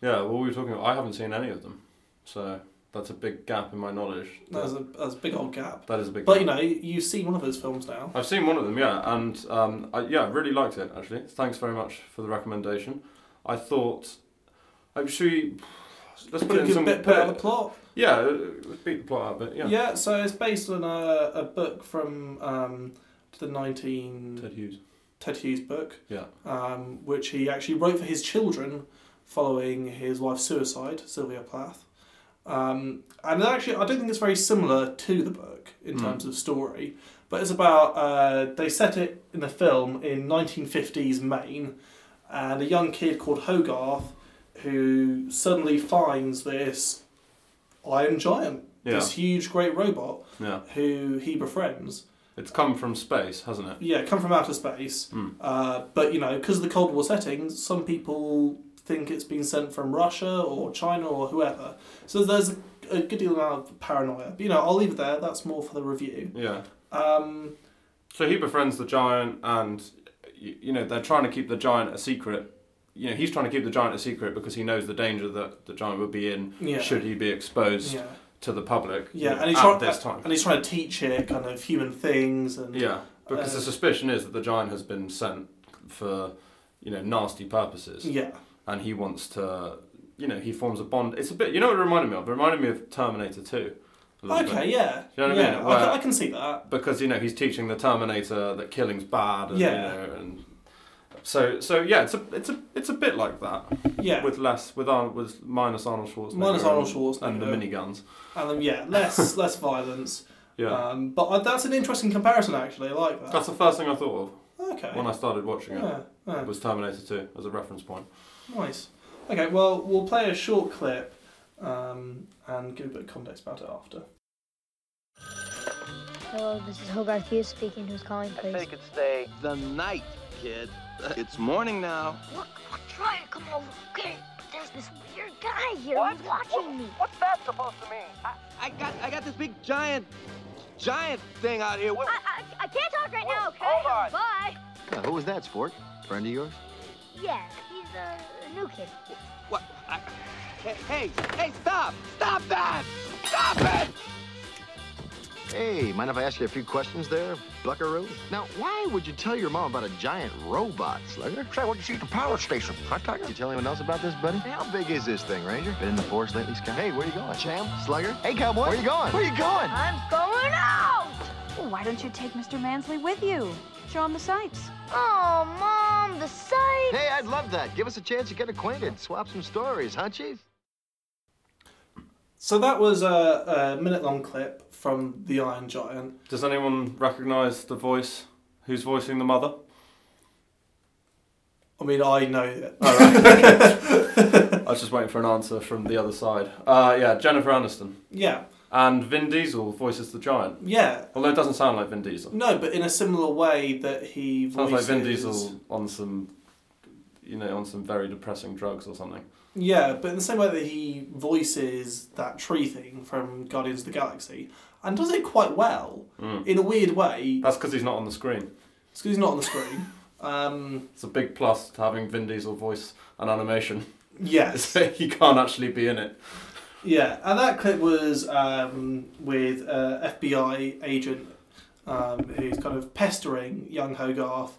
S1: Yeah. What were we talking about? I haven't seen any of them, so that's a big gap in my knowledge.
S2: That's a that's a big old gap.
S1: That is a big.
S2: But
S1: gap.
S2: you know, you've seen one of those films now.
S1: I've seen one of them, yeah, and um, I, yeah, I really liked it actually. Thanks very much for the recommendation. I thought, I'm sure you. Let's put it in
S2: Give a
S1: some
S2: bit put out the plot.
S1: Yeah, uh, beat the plot out a bit. Yeah.
S2: Yeah. so it's based on a, a book from um, the nineteen
S1: Ted Hughes.
S2: Ted Hughes book,
S1: Yeah.
S2: um, which he actually wrote for his children following his wife's suicide, Sylvia Plath. Um, and it actually, I don't think it's very similar to the book in terms of story, but it's about uh, they set it in the film in 1950s Maine, and a young kid called Hogarth who suddenly finds this iron giant,
S1: Yeah.
S2: this huge great robot
S1: Yeah.
S2: who he befriends
S1: It's come from space, hasn't it?
S2: yeah, come from outer space.
S1: Hmm.
S2: Uh, but you know, because of the Cold War settings, some people think it's been sent from Russia or China or whoever. So there's a, a good deal amount of paranoia. But, you know, I'll leave it there. That's more for the review.
S1: Yeah.
S2: Um,
S1: So he befriends the giant, and you, you know they're trying to keep the giant a secret. You know he's trying to keep the giant a secret because he knows the danger that the giant would be in
S2: Yeah.
S1: should he be exposed
S2: yeah,
S1: to the public.
S2: yeah,
S1: at
S2: and he's trying
S1: this time.
S2: and he's trying to teach it kind of human things and
S1: Yeah, because the
S2: Uh,
S1: suspicion is that the giant has been sent for, you know, nasty purposes,
S2: yeah,
S1: and he wants to, you know, he forms a bond. It's a bit, you know, what it reminded me of. It reminded me of Terminator Two. a little bit.
S2: okay, yeah,
S1: Do you know what I
S2: yeah,
S1: mean?
S2: I,
S1: Where-
S2: can, I can see that.
S1: Because you know he's teaching the Terminator that killing's bad, and, you
S2: Yeah.
S1: know, and so so yeah, it's a it's a it's a bit like that.
S2: Yeah,
S1: With less with Arnold with minus Arnold Schwarzenegger.
S2: Minus Arnold
S1: and-
S2: Schwarzenegger.
S1: and the miniguns.
S2: and then yeah, less less violence.
S1: Yeah,
S2: Um, but I, that's an interesting comparison actually. I like that.
S1: that's the first thing I thought
S2: okay.
S1: of when I started watching it.
S2: yeah, yeah.
S1: Was Terminator Two as a reference point.
S2: Nice. Okay, well, we'll play a short clip um, and give a bit of context about it after.
S4: Hello, this is Hogarth Hughes speaking. Who's calling, please?
S10: could stay the night, kid. It's morning now.
S4: Look, I'll try to come over, okay? But there's this weird guy here who's watching me.
S10: What's that supposed to mean? I, I got I got this big giant giant thing out here. What,
S4: I, I, I can't talk right now, okay?
S10: hold on.
S4: Bye.
S10: Uh, who was that, sport? Friend of yours?
S4: Yeah, he's a, a new kid.
S10: What? I, hey, hey, hey, stop! Stop that! Stop it! Hey, mind if I ask you a few questions there, Buckaroo? Now, why would you tell your mom about a giant robot, Slugger? Say, what you see at the power station, right, Tiger? Did you tell anyone else about this, buddy? Hey, how big is this thing, Ranger? Been in the forest lately, Sky? Hey, where you going? Jam? Slugger? Hey, cowboy? Where you going? Where you going?
S4: I'm going out!
S11: Oh, Why don't you take Mr. Mansley with you? Show him the sights.
S4: Oh, Mom, the sight!
S10: Hey, I'd love that. Give us a chance to get acquainted, swap some stories, huh, Chief?
S2: So that was a, a minute long clip from The Iron Giant.
S1: Does anyone recognise the voice? Who's voicing the mother?
S2: I mean, I know it. Oh,
S1: I was just waiting for an answer from the other side. Uh, yeah, Jennifer Aniston.
S2: Yeah,
S1: And Vin Diesel voices the giant.
S2: yeah.
S1: Although it doesn't sound like Vin Diesel.
S2: No, but in a similar way that he
S1: sounds
S2: voices.
S1: like Vin Diesel on some, you know, on some very depressing drugs or something.
S2: Yeah, but in the same way that he voices that tree thing from Guardians of the Galaxy and does it quite well
S1: Hmm.
S2: in a weird way.
S1: That's because he's not on the screen.
S2: It's 'cause he's not on the screen. Um,
S1: It's a big plus to having Vin Diesel voice an animation.
S2: yes.
S1: he can't actually be in it.
S2: Yeah, and that clip was um, with uh, FBI agent um, who's kind of pestering young Hogarth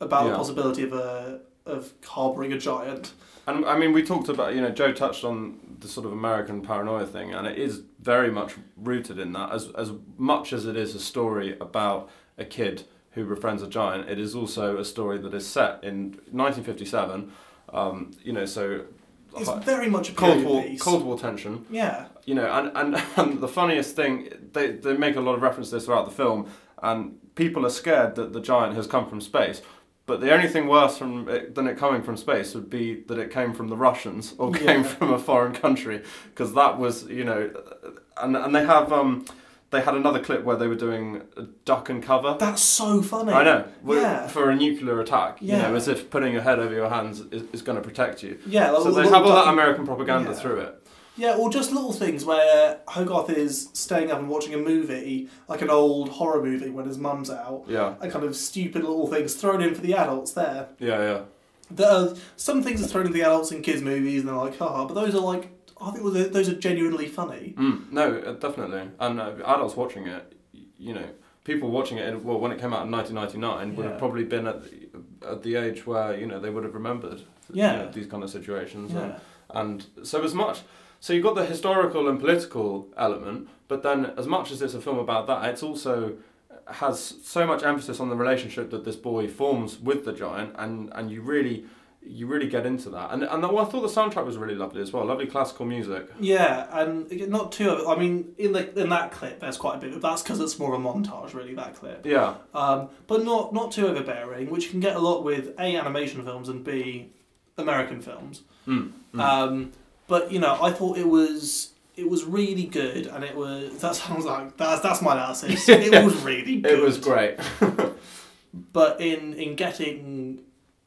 S2: about
S1: Yeah.
S2: the possibility of a of harbouring a giant.
S1: And I mean, we talked about, you know, Joe touched on the sort of American paranoia thing, and it is very much rooted in that. As, as much as it is a story about a kid who befriends a giant, it is also a story that is set in 1957. Um, you know, so
S2: It's
S1: hi-
S2: very much a
S1: Cold
S2: period
S1: War,
S2: piece.
S1: Cold War tension
S2: Yeah,
S1: you know, and, and, and the funniest thing, they, they make a lot of reference to this throughout the film, and people are scared that the giant has come from space. But the only thing worse from it, than it coming from space would be that it came from the Russians or
S2: Yeah.
S1: came from a foreign country because that was you know, and and they have um, they had another clip where they were doing a duck and cover.
S2: That's so funny.
S1: I know w-
S2: Yeah.
S1: for a nuclear attack, you
S2: Yeah.
S1: know, as if putting your head over your hands is, is going to protect you.
S2: Yeah, like
S1: so
S2: a
S1: they
S2: little
S1: have all
S2: duck
S1: that
S2: and-
S1: American propaganda
S2: Yeah.
S1: through it.
S2: Yeah, or just little things where Hogarth is staying up and watching a movie, like an old horror movie when his mum's out.
S1: Yeah.
S2: And kind of stupid little things thrown in for the adults there.
S1: Yeah, yeah.
S2: There are, some things are thrown in the adults in kids' movies and they're like, haha, but those are like, I think those are- those are genuinely funny.
S1: Mm, no, uh, definitely. And uh, adults watching it, y- you know, people watching it, in- well, when it came out in 1999, would
S2: Yeah.
S1: have probably been at the, at the age where, you know, they would have remembered you
S2: Yeah.
S1: know, these kind of situations.
S2: Yeah.
S1: And, and so, as much. So, you've got the historical and political element, but then, as much as it's a film about that, it's also uh, has so much emphasis on the relationship that this boy forms with the giant and and you really you really get into that and and well, I thought the soundtrack was really lovely as well lovely classical music
S2: Yeah, and again, not too. I mean, in the in that clip, there's quite a bit, but that's because it's more a montage, really. That clip.
S1: Yeah.
S2: Um, but not not too overbearing, which you can get a lot with a animation films and b American films.
S1: Mm, mm.
S2: Um, but you know, I thought it was it was really good, and it was that sounds like that's that's my analysis. It was really good.
S1: It was great.
S2: but in in getting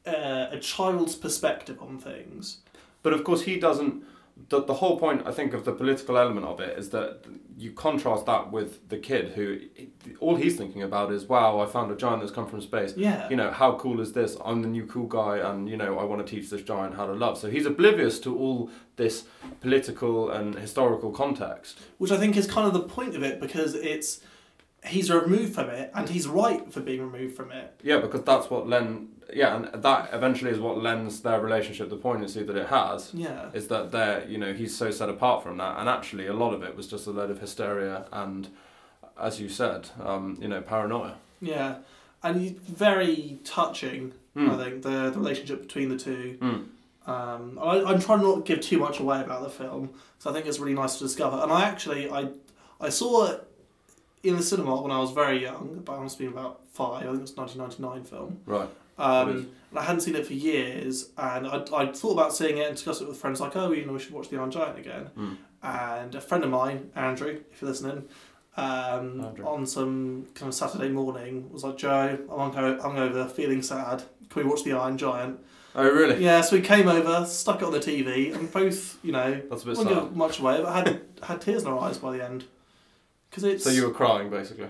S2: uh, a child's perspective on things.
S1: But of course, he doesn't. The, the whole point, I think, of the political element of it is that you contrast that with the kid who all he's thinking about is, wow, I found a giant that's come from space.
S2: Yeah.
S1: You know, how cool is this? I'm the new cool guy, and, you know, I want to teach this giant how to love. So he's oblivious to all this political and historical context.
S2: which I think is kind of the point of it because it's he's removed from it and he's right for being removed from it.
S1: Yeah, because that's what Len. Yeah, and that eventually is what lends their relationship the poignancy that it has.
S2: Yeah.
S1: is that they're you know he's so set apart from that, and actually a lot of it was just a load of hysteria and, as you said, um, you know paranoia.
S2: Yeah, and he's very touching.
S1: Mm.
S2: I think the, the relationship between the two.
S1: Mm.
S2: Um, I, I'm trying not to give too much away about the film, so I think it's really nice to discover. And I actually I I saw it in the cinema when I was very young, but I must have been about five. I think it was a 1999 film.
S1: Right. It is.
S2: Um, and I hadn't seen it for years, and I, I thought about seeing it and discussed it with friends, like, oh, you know, we should watch The Iron Giant again.
S1: Mm.
S2: And a friend of mine, Andrew, if you're listening, um,
S1: Andrew.
S2: on some kind of Saturday morning, was like, Joe, I'm hungo- hungover, feeling sad. Can we watch The Iron Giant?
S1: Oh really?
S2: Yeah, so we came over, stuck it on the TV, and both, you know,
S1: That's a bit
S2: wouldn't give
S1: sad.
S2: much away, but had had tears in our eyes by the end. Because it's
S1: So you were crying basically.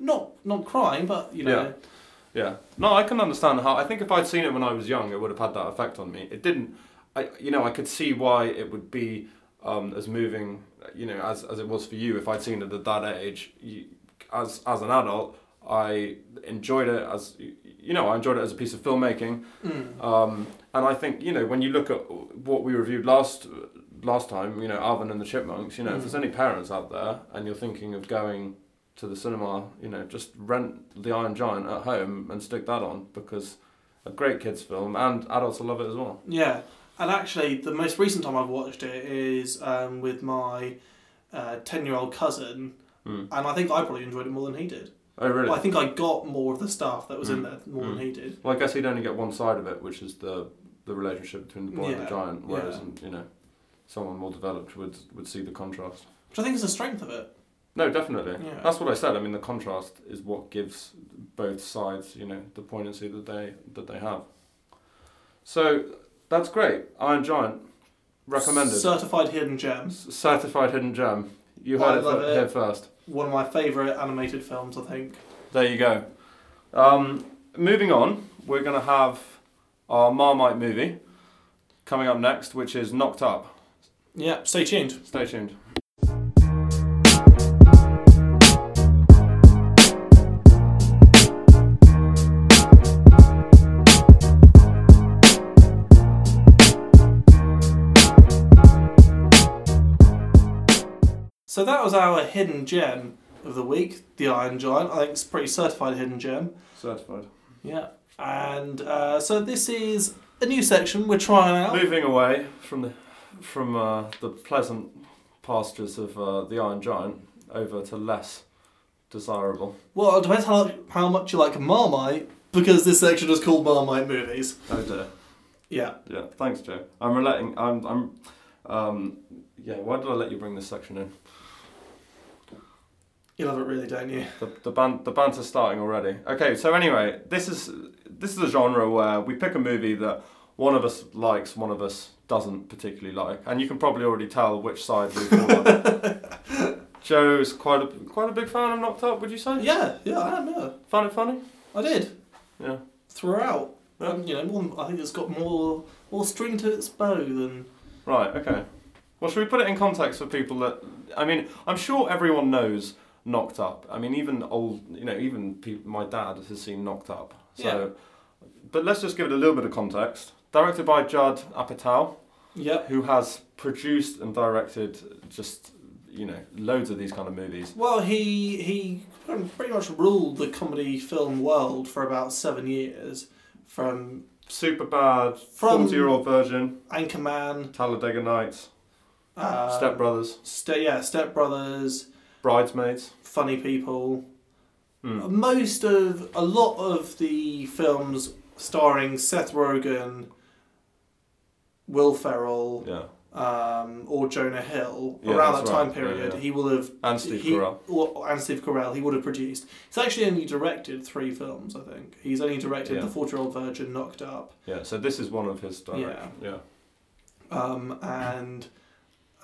S2: not not crying, but you know,
S1: Yeah. Yeah. No, I can understand how. I think if I'd seen it when I was young, it would have had that effect on me. It didn't. I, you know, I could see why it would be um, as moving, you know, as, as it was for you if I'd seen it at that age. You, as as an adult, I enjoyed it as you know, I enjoyed it as a piece of filmmaking.
S2: Mm.
S1: Um, and I think you know when you look at what we reviewed last last time, you know, Alvin and the Chipmunks. You know, if
S2: Mm.
S1: there's any parents out there and you're thinking of going to the cinema, you know, just rent The Iron Giant at home and stick that on because a great kids film and adults will love it as well.
S2: Yeah, and actually, the most recent time I've watched it is um, with my uh, ten-year-old cousin,
S1: Mm.
S2: and I think I probably enjoyed it more than he did.
S1: Oh really?
S2: Well, I think I got more of the stuff that was in
S1: Mm.
S2: there more
S1: Mm.
S2: than he did.
S1: Well, I guess he'd only get one side of it, which is the the relationship between the boy and
S2: Yeah,
S1: the giant, whereas
S2: yeah.
S1: um, you know, someone more developed would would see the contrast.
S2: Which I think is the strength of it.
S1: No, definitely.
S2: Yeah.
S1: That's what I said. I mean, the contrast is what gives both sides, you know, the poignancy that they that they have. So that's great. Iron Giant recommended.
S2: Certified hidden gems.
S1: Certified hidden gem. You
S2: I
S1: heard it,
S2: love
S1: fir-
S2: it.
S1: here first.
S2: One of my favourite animated films, I think.
S1: There you go. Um, moving on, we're going to have our Marmite movie coming up next, which is Knocked Up.
S2: Yeah, stay tuned.
S1: Stay tuned.
S2: So that was our hidden gem of the week, The Iron Giant. I think it's a pretty certified hidden gem.
S1: Certified.
S2: Yeah. And uh, so this is a new section we're trying out.
S1: Moving away from the from uh, the pleasant pastures of uh, the Iron Giant over to less desirable.
S2: Well, it depends how, how much you like Marmite because this section is called Marmite Movies.
S1: Oh dear.
S2: Yeah.
S1: Yeah. Thanks, Joe. I'm relating. I'm. I'm. Um, yeah. Why did I let you bring this section in?
S2: You love it, really, don't you?
S1: The the, ban- the banter's starting already. Okay. So anyway, this is this is a genre where we pick a movie that one of us likes, one of us doesn't particularly like, and you can probably already tell which side we fall on. Joe's quite a quite a big fan of Knocked Up. Would you say?
S2: Yeah. Yeah, I am. Yeah.
S1: Found it funny.
S2: I did.
S1: Yeah.
S2: Throughout, um, you know, more, I think it's got more more string to its bow than
S1: Right, okay. Well, should we put it in context for people that. I mean, I'm sure everyone knows Knocked Up. I mean, even old. You know, even peop my dad has seen Knocked Up. So. But let's just give it a little bit of context. Directed by Judd Apatow.
S2: Yep.
S1: Who has produced and directed just, you know, loads of these kind of movies.
S2: Well, he he pretty much ruled the comedy film world for about seven years, from
S1: Super bad.
S2: From-
S1: 40 year old virgin.
S2: Anchorman,
S1: Talladega Nights.
S2: Um,
S1: Step Brothers.
S2: Ste- yeah, Step Brothers,
S1: Bridesmaids.
S2: Funny People.
S1: Hmm.
S2: Most of a lot of the films starring Seth Rogen, Will Ferrell,
S1: Yeah.
S2: um, or Jonah Hill
S1: Yeah,
S2: around that
S1: that's
S2: time
S1: right. Yeah,
S2: period,
S1: yeah.
S2: he will have
S1: And Steve
S2: he,
S1: Carell.
S2: or, and Steve Carell, he would have produced. He's actually only directed three films, I think. He's only directed
S1: Yeah.
S2: The Forty Year Old Virgin, Knocked Up,
S1: Yeah, so this is one of his direction. Yeah.
S2: um, and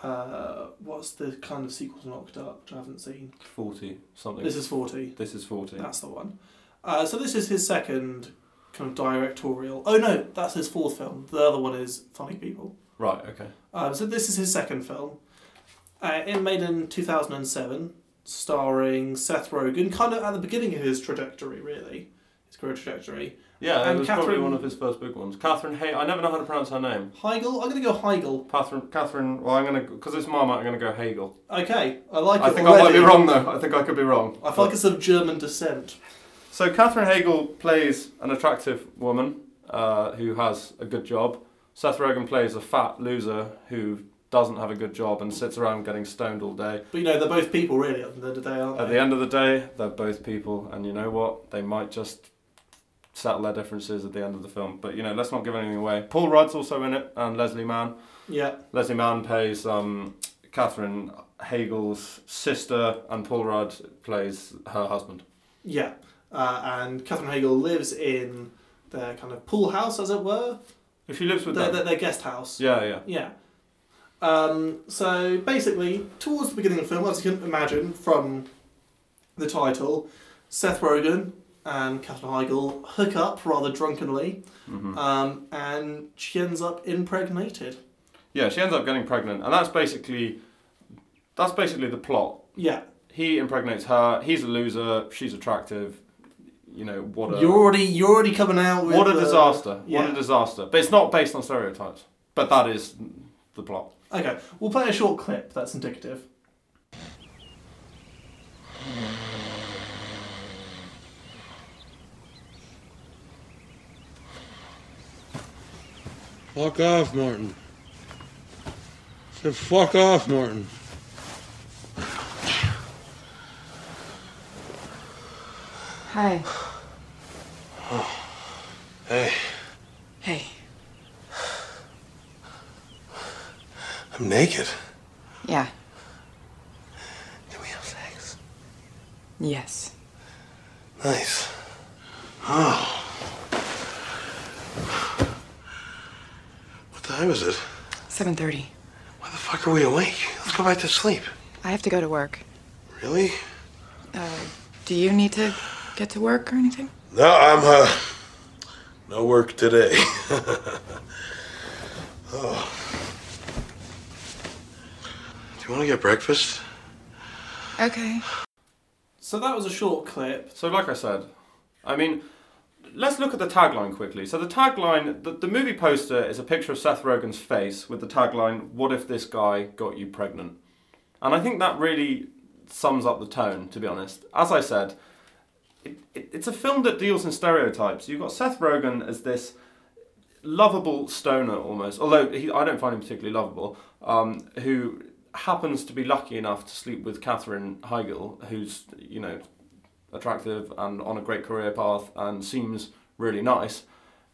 S2: uh, what's the kind of sequel to Knocked Up, which I haven't seen.
S1: 40 something.
S2: This is 40.
S1: This is 40.
S2: That's the one. Uh, so this is his second kind of directorial. Oh no, that's his fourth film. The other one is Funny People.
S1: Right, okay.
S2: Um, so this is his second film. Uh, it made in 2007, starring Seth Rogen, kind of at the beginning of his trajectory, really, his career trajectory.
S1: Yeah, it
S2: and
S1: was
S2: Catherine
S1: probably one of his first big ones. Catherine Hay. I never know how to pronounce her name.
S2: Heigl. I'm gonna go Heigl.
S1: Catherine. Catherine. Well, I'm gonna because it's Marmite. I'm gonna go Hegel.
S2: Okay, I like
S1: I
S2: it
S1: think I might
S2: already.
S1: be wrong though. I think I could be wrong.
S2: I feel like it's of German descent.
S1: So Catherine Hegel plays an attractive woman uh, who has a good job. Seth Rogen plays a fat loser who doesn't have a good job and sits around getting stoned all day.
S2: But you know, they're both people, really, at the end of the day, aren't
S1: At
S2: they?
S1: the end of the day, they're both people, and you know what? They might just settle their differences at the end of the film. But you know, let's not give anything away. Paul Rudd's also in it, and Leslie Mann.
S2: Yeah.
S1: Leslie Mann plays um, Catherine Hagel's sister, and Paul Rudd plays her husband.
S2: Yeah, uh, and Catherine Hegel lives in their kind of pool house, as it were,
S1: If she lives with
S2: their,
S1: them.
S2: their, their guest house.
S1: Yeah, yeah.
S2: Yeah. Um, so basically, towards the beginning of the film, as you can imagine from the title, Seth Rogen and Catherine Heigl hook up rather drunkenly,
S1: Mm-hmm.
S2: um, and she ends up impregnated.
S1: Yeah, she ends up getting pregnant, and that's basically that's basically the plot.
S2: Yeah,
S1: He impregnates her. He's a loser. She's attractive. You know what a
S2: you're already you're already coming out with
S1: Uh, what a
S2: uh,
S1: disaster! What
S2: yeah.
S1: a disaster! But it's not based on stereotypes. But that is the plot.
S2: Okay, we'll play a short clip that's indicative.
S12: Fuck off, Martin. I said, fuck off, Martin.
S13: Hi.
S6: Hey,
S13: Hey,
S6: I'm naked.
S13: yeah,
S6: Can we have sex?
S13: yes.
S6: Nice. Oh. What time is it?
S13: 7.30.
S6: Why the fuck are we awake? Let's go back to sleep.
S13: I have to go to work.
S6: Really?
S13: Uh, do you need to get to work or anything?
S6: No, I'm uh no work today. oh. Do you want to get breakfast?
S13: Okay.
S2: So that was a short clip.
S1: So, like I said, I mean, let's look at the tagline quickly. So, the tagline, the, the movie poster is a picture of Seth Rogen's face with the tagline, What if this guy got you pregnant? And I think that really sums up the tone, to be honest. As I said, it, it, it's a film that deals in stereotypes. You've got Seth Rogen as this lovable stoner almost, although he, I don't find him particularly lovable, um, who happens to be lucky enough to sleep with Catherine Heigl, who's, you know, attractive and on a great career path and seems really nice.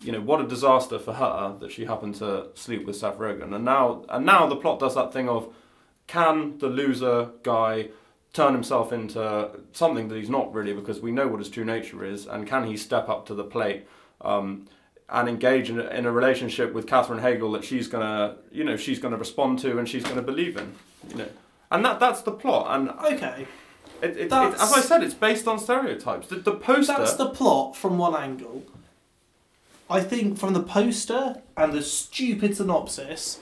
S1: You know, what a disaster for her that she happened to sleep with Seth Rogen. And now, and now the plot does that thing of can the loser guy turn himself into something that he's not really because we know what his true nature is and can he step up to the plate um, and engage in, a- in a relationship with Catherine Hagel that she's gonna you know she's gonna respond to and she's gonna believe in you know and that that's the plot and
S2: okay
S1: it, it, it,
S2: That's-
S1: as I said it's based on stereotypes the, the poster
S2: That's the plot from one angle. I think from the poster and the stupid synopsis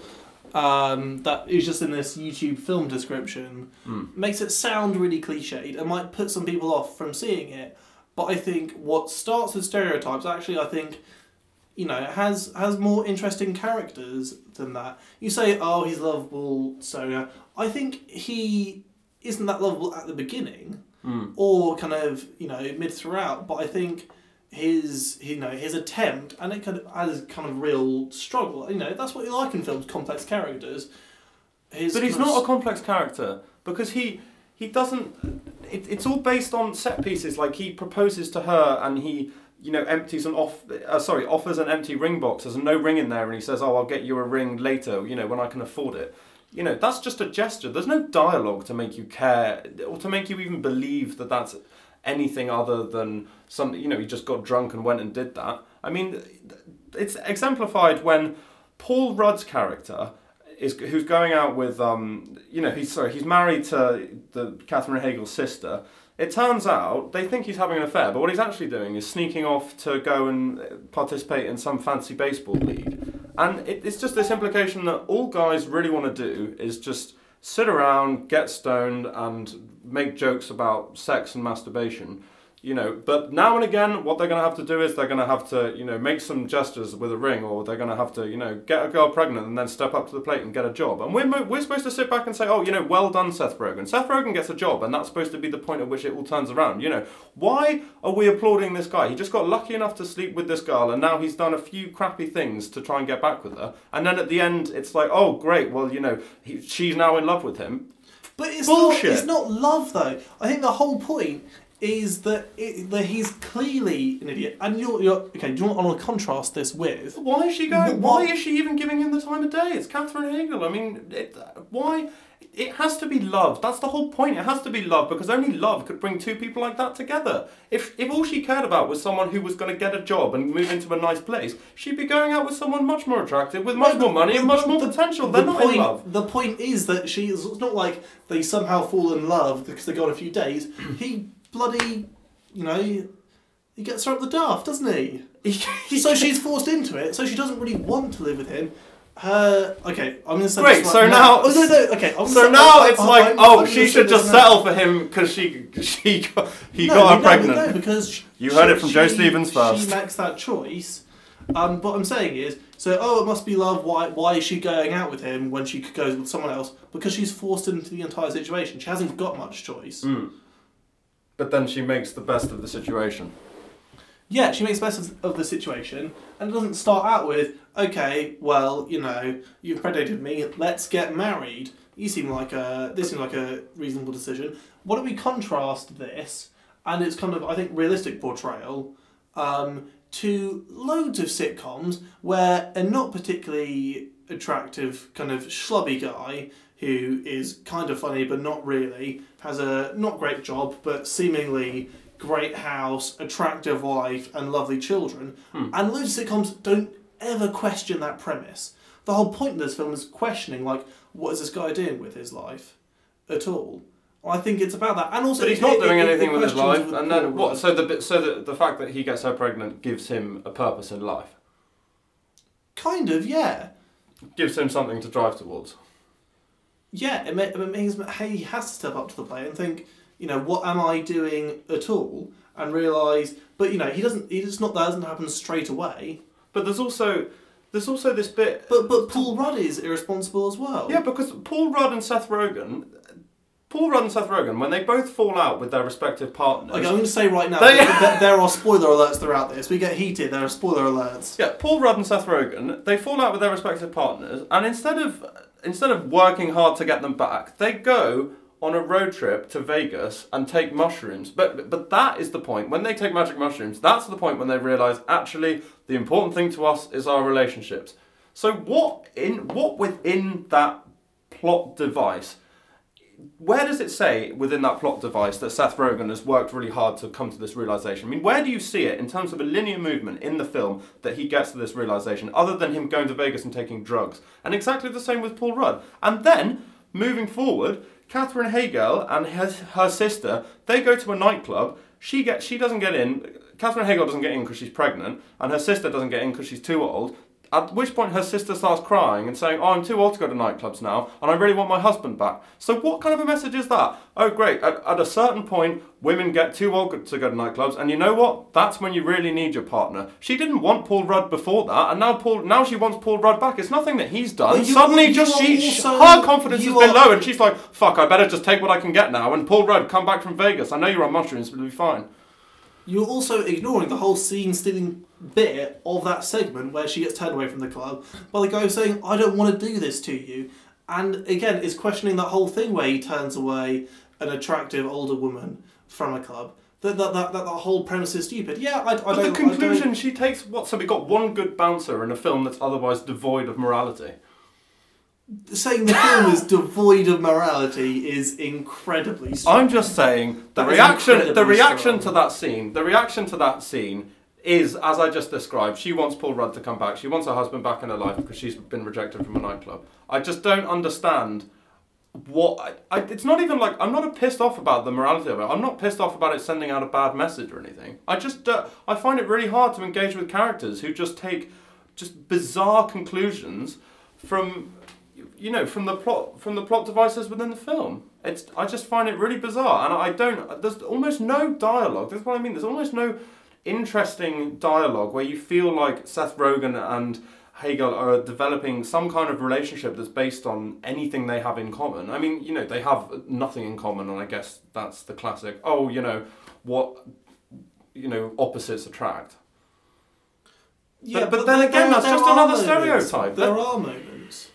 S2: um, that is just in this YouTube film description
S14: Hmm.
S2: makes it sound really cliched and might put some people off from seeing it. But I think what starts with stereotypes actually, I think you know, has has more interesting characters than that. You say, oh, he's lovable, so I think he isn't that lovable at the beginning,
S1: Mm.
S2: or kind of you know mid throughout. But I think his you know his attempt and it kind of as kind of real struggle. You know, that's what you like in films, complex characters. His
S1: but he's
S2: kind of
S1: not a complex character because he he doesn't. It, it's all based on set pieces. Like he proposes to her and he you know empties an off uh, sorry offers an empty ring box. There's no ring in there, and he says, "Oh, I'll get you a ring later. You know when I can afford it." You know that's just a gesture. There's no dialogue to make you care or to make you even believe that that's anything other than some. You know he just got drunk and went and did that. I mean, it's exemplified when Paul Rudd's character is who's going out with um you know he's sorry he's married to the Catherine Hegel's sister. It turns out they think he's having an affair, but what he's actually doing is sneaking off to go and uh, participate in some fancy baseball league. And it, it's just this implication that all guys really want to do is just sit around, get stoned, and make jokes about sex and masturbation. You know, but now and again, what they're going to have to do is they're going to have to, you know, make some gestures with a ring, or they're going to have to, you know, get a girl pregnant and then step up to the plate and get a job. And we're, mo- we're supposed to sit back and say, oh, you know, well done, Seth Rogen. Seth Rogen gets a job, and that's supposed to be the point at which it all turns around. You know, why are we applauding this guy? He just got lucky enough to sleep with this girl, and now he's done a few crappy things to try and get back with her. And then at the end, it's like, oh, great, well, you know, he, she's now in love with him.
S2: But it's
S1: Bullshit.
S2: not. It's not love though. I think the whole point is that, it, that he's clearly an idiot. And you're, you're okay. Do you want to contrast this with
S1: Why is she going? Why is she even giving him the time of day? It's Catherine Hegel. I mean, it, why? It has to be love. That's the whole point. It has to be love because only love could bring two people like that together. If if all she cared about was someone who was going to get a job and move into a nice place, she'd be going out with someone much more attractive, with much more money and much more potential. They're
S2: the
S1: not
S2: point,
S1: in love.
S2: The point is that she is. It's not like they somehow fall in love because they go on a few days. he bloody, you know, he gets her up the daft, doesn't he? so she's forced into it. So she doesn't really want to live with him. Her okay, I'm gonna say
S1: Great.
S2: this
S1: So
S2: right
S1: now,
S2: Oh, no, no, okay. I'm
S1: so
S2: gonna-
S1: now
S2: I'm-
S1: it's
S2: I'm-
S1: like,
S2: I'm- I'm
S1: oh,
S2: gonna
S1: she
S2: say
S1: should
S2: this
S1: just
S2: now.
S1: settle for him because she she got, he
S2: No,
S1: got her
S2: no,
S1: pregnant.
S2: No, because sh-
S1: you heard
S2: she-
S1: it from Joe
S2: she-
S1: Stevens first.
S2: She makes that choice. Um, but what I'm saying is, so oh, it must be love. Why? Why is she going out with him when she could go with someone else? Because she's forced into the entire situation. She hasn't got much choice.
S1: Mm. But then she makes the best of the situation.
S2: Yeah, she makes the best of, of the situation, and it doesn't start out with, okay, well, you know, you've predated me. Let's get married. You seem like a this seems like a reasonable decision. What do we contrast this and its kind of I think realistic portrayal um, to loads of sitcoms where a not particularly attractive kind of schlubby guy who is kind of funny but not really has a not great job but seemingly great house, attractive wife, and lovely children.
S1: Hmm.
S2: And loads of sitcoms don't ever question that premise. The whole point of this film is questioning like what is this guy doing with his life at all. I think it's about that, and also
S1: But he's
S2: it-
S1: not
S2: it-
S1: doing
S2: it- it
S1: anything with his life,
S2: questions the
S1: and then
S2: plot.
S1: what? So the bit- so the, the fact that he gets her pregnant gives him a purpose in life,
S2: Kind of, yeah.
S1: gives him something to drive towards.
S2: Yeah, it, ma- it means that he has to step up to the plate and think, you know, what am I doing at all? And realise, but you know, he doesn't. He just not that doesn't happen straight away.
S1: But there's also there's also this bit.
S2: But but Paul Rudd is irresponsible as well.
S1: Yeah, because Paul Rudd and Seth Rogen, Paul Rudd and Seth Rogen, when they both fall out with their respective partners,
S2: Okay, I'm going to say right now
S1: They-
S2: that that there are spoiler alerts throughout this. We get heated. There are spoiler alerts.
S1: Yeah, Paul Rudd and Seth Rogen, they fall out with their respective partners, and instead of instead of working hard to get them back, they go on a road trip to Vegas and take mushrooms. But but that is the point. When they take magic mushrooms, that's the point when they realise actually the important thing to us is our relationships. So what in what within that plot device? Where does it say within that plot device that Seth Rogen has worked really hard to come to this realization? I mean, where do you see it in terms of a linear movement in the film that he gets to this realization, other than him going to Vegas and taking drugs? And exactly the same with Paul Rudd. And then, moving forward, Catherine Hegel and her, her sister, they go to a nightclub. She get, she doesn't get in. Catherine Hegel doesn't get in because she's pregnant, and her sister doesn't get in because she's too old. At which point, her sister starts crying and saying, oh, I'm too old to go to nightclubs now, and I really want my husband back. So, what kind of a message is that? Oh, great. At, at a certain point, women get too old to go to nightclubs, and you know what? That's when you really need your partner. She didn't want Paul Rudd before that, and now Paul now she wants Paul Rudd back. It's nothing that he's done.
S2: Well, you-
S1: Suddenly,
S2: you
S1: just
S2: are
S1: she,
S2: also-
S1: her confidence has
S2: you
S1: been
S2: are-
S1: low, and she's like, fuck, I better just take what I can get now. And Paul Rudd, come back from Vegas. I know you're on mushrooms, but it'll be fine.
S2: You're also ignoring the whole scene stealing bit of that segment where she gets turned away from the club by the guy saying, I don't want to do this to you. And again, is questioning that whole thing where he turns away an attractive older woman from a club. That, that, that, that, that whole premise is stupid. Yeah, I, I
S1: But
S2: don't
S1: the
S2: I don't-
S1: conclusion she takes what? So we got one good bouncer in a film that's otherwise devoid of morality.
S2: saying the film is devoid of morality is incredibly strong.
S1: I'm just saying the
S2: That is
S1: reaction, the
S2: incredibly
S1: reaction to that scene, the reaction to that scene is as I just described. She wants Paul Rudd to come back. She wants her husband back in her life because she's been rejected from a nightclub. I just don't understand what. I, I, it's not even like I'm not pissed off about the morality of it. I'm not pissed off about it sending out a bad message or anything. I just uh, I find it really hard to engage with characters who just take just bizarre conclusions from you know from the plot from the plot devices within the film it's i just find it really bizarre and i don't there's almost no dialogue that's what i mean there's almost no interesting dialogue where you feel like seth rogen and hegel are developing some kind of relationship that's based on anything they have in common i mean you know they have nothing in common and i guess that's the classic oh you know what you know opposites attract
S2: Yeah,
S1: but, but then again that's just another stereotype
S2: There are moments.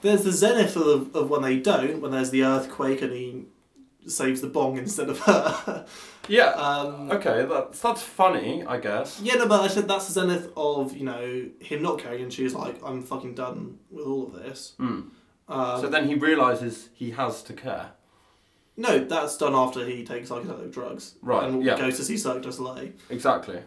S2: There's the zenith of, of when they don't, when there's the earthquake and he saves the bong instead of her. Um,
S1: Yeah. okay, that's that's funny, I guess.
S2: Yeah, no, but I said that's the zenith of you know him not caring, and she's like, "I'm fucking done with all of this."
S1: Mm.
S2: Um,
S1: so then he realizes he has to care.
S2: No, that's done after he takes psychedelic drugs.
S1: Right,
S2: And
S1: yeah.
S2: goes to see Cirque du Soleil.
S1: Exactly.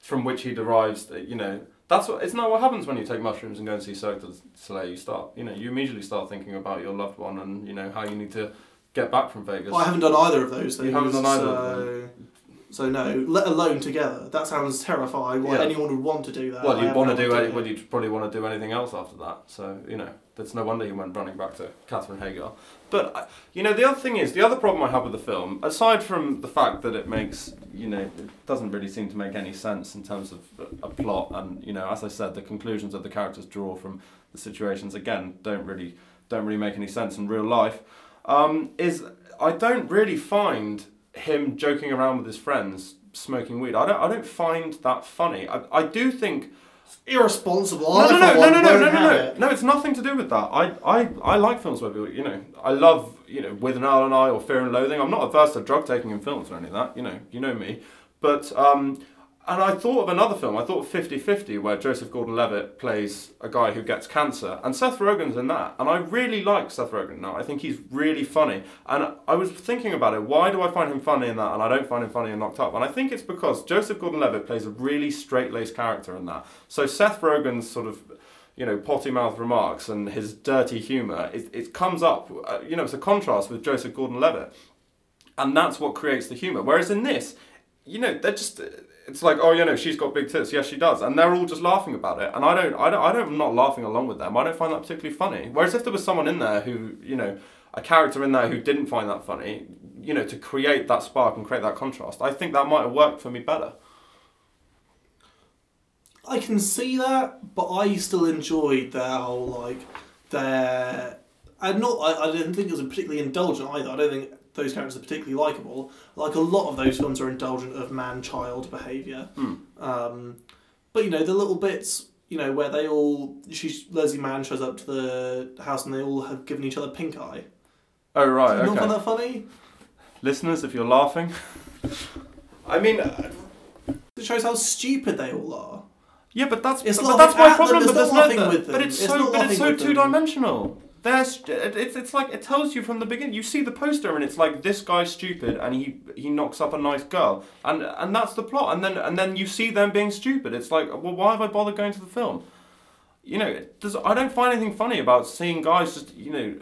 S1: From which he derives that you know that's what isn't that what happens when you take mushrooms and go and see Cirque du Soleil? You start you know you immediately start thinking about your loved one and you know how you need to get back from Vegas.
S2: Well, I haven't done either of those things.
S1: You haven't done either.
S2: So,
S1: of them.
S2: so no, let alone together. That sounds terrifying. Why
S1: Yeah.
S2: anyone would want to do that?
S1: Well,
S2: I
S1: you'd
S2: have
S1: want
S2: no
S1: to do
S2: idea.
S1: any, well, you'd probably want to do anything else after that. So you know, it's no wonder he went running back to Catherine Hagar. But I- you know, the other thing is the other problem I have with the film, aside from the fact that it makes you know it doesn't really seem to make any sense in terms of a, a plot, and you know, as I said, the conclusions that the characters draw from the situations again don't really don't really make any sense in real life. Um, is I don't really find him joking around with his friends smoking weed. I don't I don't find that funny. I, I do think
S2: irresponsible.
S1: no, no,
S2: I, for
S1: no, no,
S2: one,
S1: no, no,
S2: won't
S1: no, no,
S2: have
S1: no.
S2: it.
S1: No, it's nothing to do with that. I, I, I like films where people, you know, I love, you know, With an Owl and I or Fear and Loathing. I'm not averse to drug taking in films or any of that. You know, you know me. But, um, and I thought of another film. I thought of 50 50, where Joseph Gordon Levitt plays a guy who gets cancer. And Seth Rogen's in that. And I really like Seth Rogen now. I think he's really funny. And I was thinking about it. Why do I find him funny in that? And I don't find him funny in Knocked Up. And I think it's because Joseph Gordon Levitt plays a really straight laced character in that. So Seth Rogen's sort of you know, potty mouth remarks and his dirty humour, it, it comes up, uh, you know, it's a contrast with Joseph Gordon Levitt. And that's what creates the humour. Whereas in this, you know, they're just, it's like, oh, you know, she's got big tits. Yes, she does. And they're all just laughing about it. And I don't, I don't, I don't, I'm not laughing along with them. I don't find that particularly funny. Whereas if there was someone in there who, you know, a character in there who didn't find that funny, you know, to create that spark and create that contrast, I think that might have worked for me better.
S2: I can see that, but I still enjoyed their whole like their. And not, I, I didn't think it was particularly indulgent either. I don't think those characters are particularly likable. Like a lot of those films are indulgent of man-child behaviour.
S1: Hmm.
S2: Um, but you know the little bits, you know where they all, she's Leslie Mann shows up to the house and they all have given each other pink eye.
S1: Oh right,
S2: Not
S1: okay.
S2: find that funny.
S1: Listeners, if you're laughing, I mean,
S2: it shows how stupid they all are.
S1: Yeah, but that's
S2: it's
S1: but
S2: laughing
S1: that's my
S2: at
S1: problem.
S2: Them,
S1: but
S2: it's
S1: there's
S2: not
S1: no,
S2: laughing with them.
S1: but it's so,
S2: not
S1: but it's
S2: laughing
S1: so
S2: with them.
S1: two dimensional. There's, it- it's, it's like it tells you from the beginning. You see the poster and it's like this guy's stupid and he he knocks up a nice girl and and that's the plot. And then and then you see them being stupid. It's like well, why have I bothered going to the film? You know, it- there's, I don't find anything funny about seeing guys just you know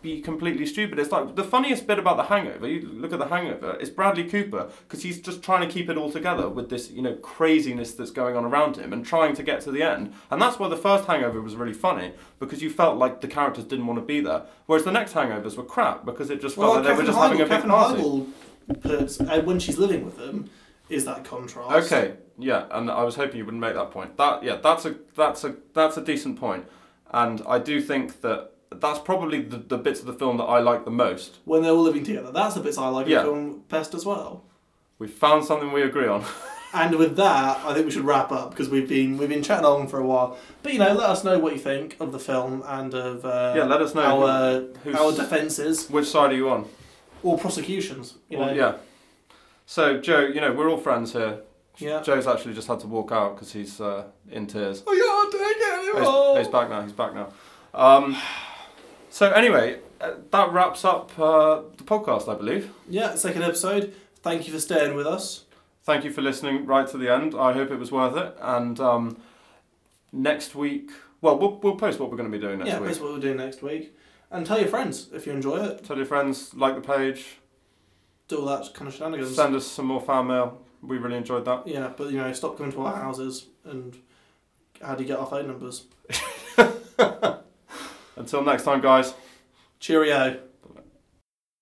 S1: be completely stupid. It's like the funniest bit about The Hangover. You look at The Hangover. It's Bradley Cooper because he's just trying to keep it all together with this you know craziness that's going on around him and trying to get to the end. And that's why the first Hangover was really funny because you felt like the characters didn't want to be there. Whereas the next Hangovers were crap because it just felt
S2: Well,
S1: like they
S2: Catherine
S1: were just
S2: Heigl,
S1: having a big
S2: Catherine
S1: party.
S2: Heigl puts, uh, when she's living with them, is that contrast.
S1: Okay, yeah, and I was hoping you wouldn't make that point. That yeah, that's a that's a that's a decent point, and I do think that that's probably the, the bits of the film that I like the most.
S2: When they're all living together, that's the bits I like
S1: Yeah.
S2: in the film best as well.
S1: We found something we agree on.
S2: And with that, I think we should wrap up because we've been we've been chatting on for a while. But you know, let us know what you think of the film and of uh,
S1: yeah, let us know
S2: our uh,
S1: who-
S2: our
S1: who's-
S2: defences
S1: Which side are you on?
S2: or prosecutions. You
S1: Well,
S2: know,
S1: yeah. So Joe, you know we're all friends here.
S2: Yeah.
S1: Joe's actually just had to walk out because he's uh, in tears.
S2: Oh, yeah, I take it.
S1: Oh, he's, he's back now. He's back now. Um, so anyway, uh, that wraps up uh, the podcast, I believe.
S2: Yeah, second episode. Thank you for staying with us.
S1: Thank you for listening right to the end. I hope it was worth it. And um, next week, well, we'll we'll post what we're going to be doing next
S2: yeah,
S1: week.
S2: that's what we'll do next week. And tell your friends if you enjoy it.
S1: Tell your friends, like the page,
S2: Do all that kind of shenanigans.
S1: send us some more fan mail. We really enjoyed that.
S2: Yeah, but you know, stop coming to our houses and how do you get our phone numbers?
S1: Until next time, guys.
S2: Cheerio.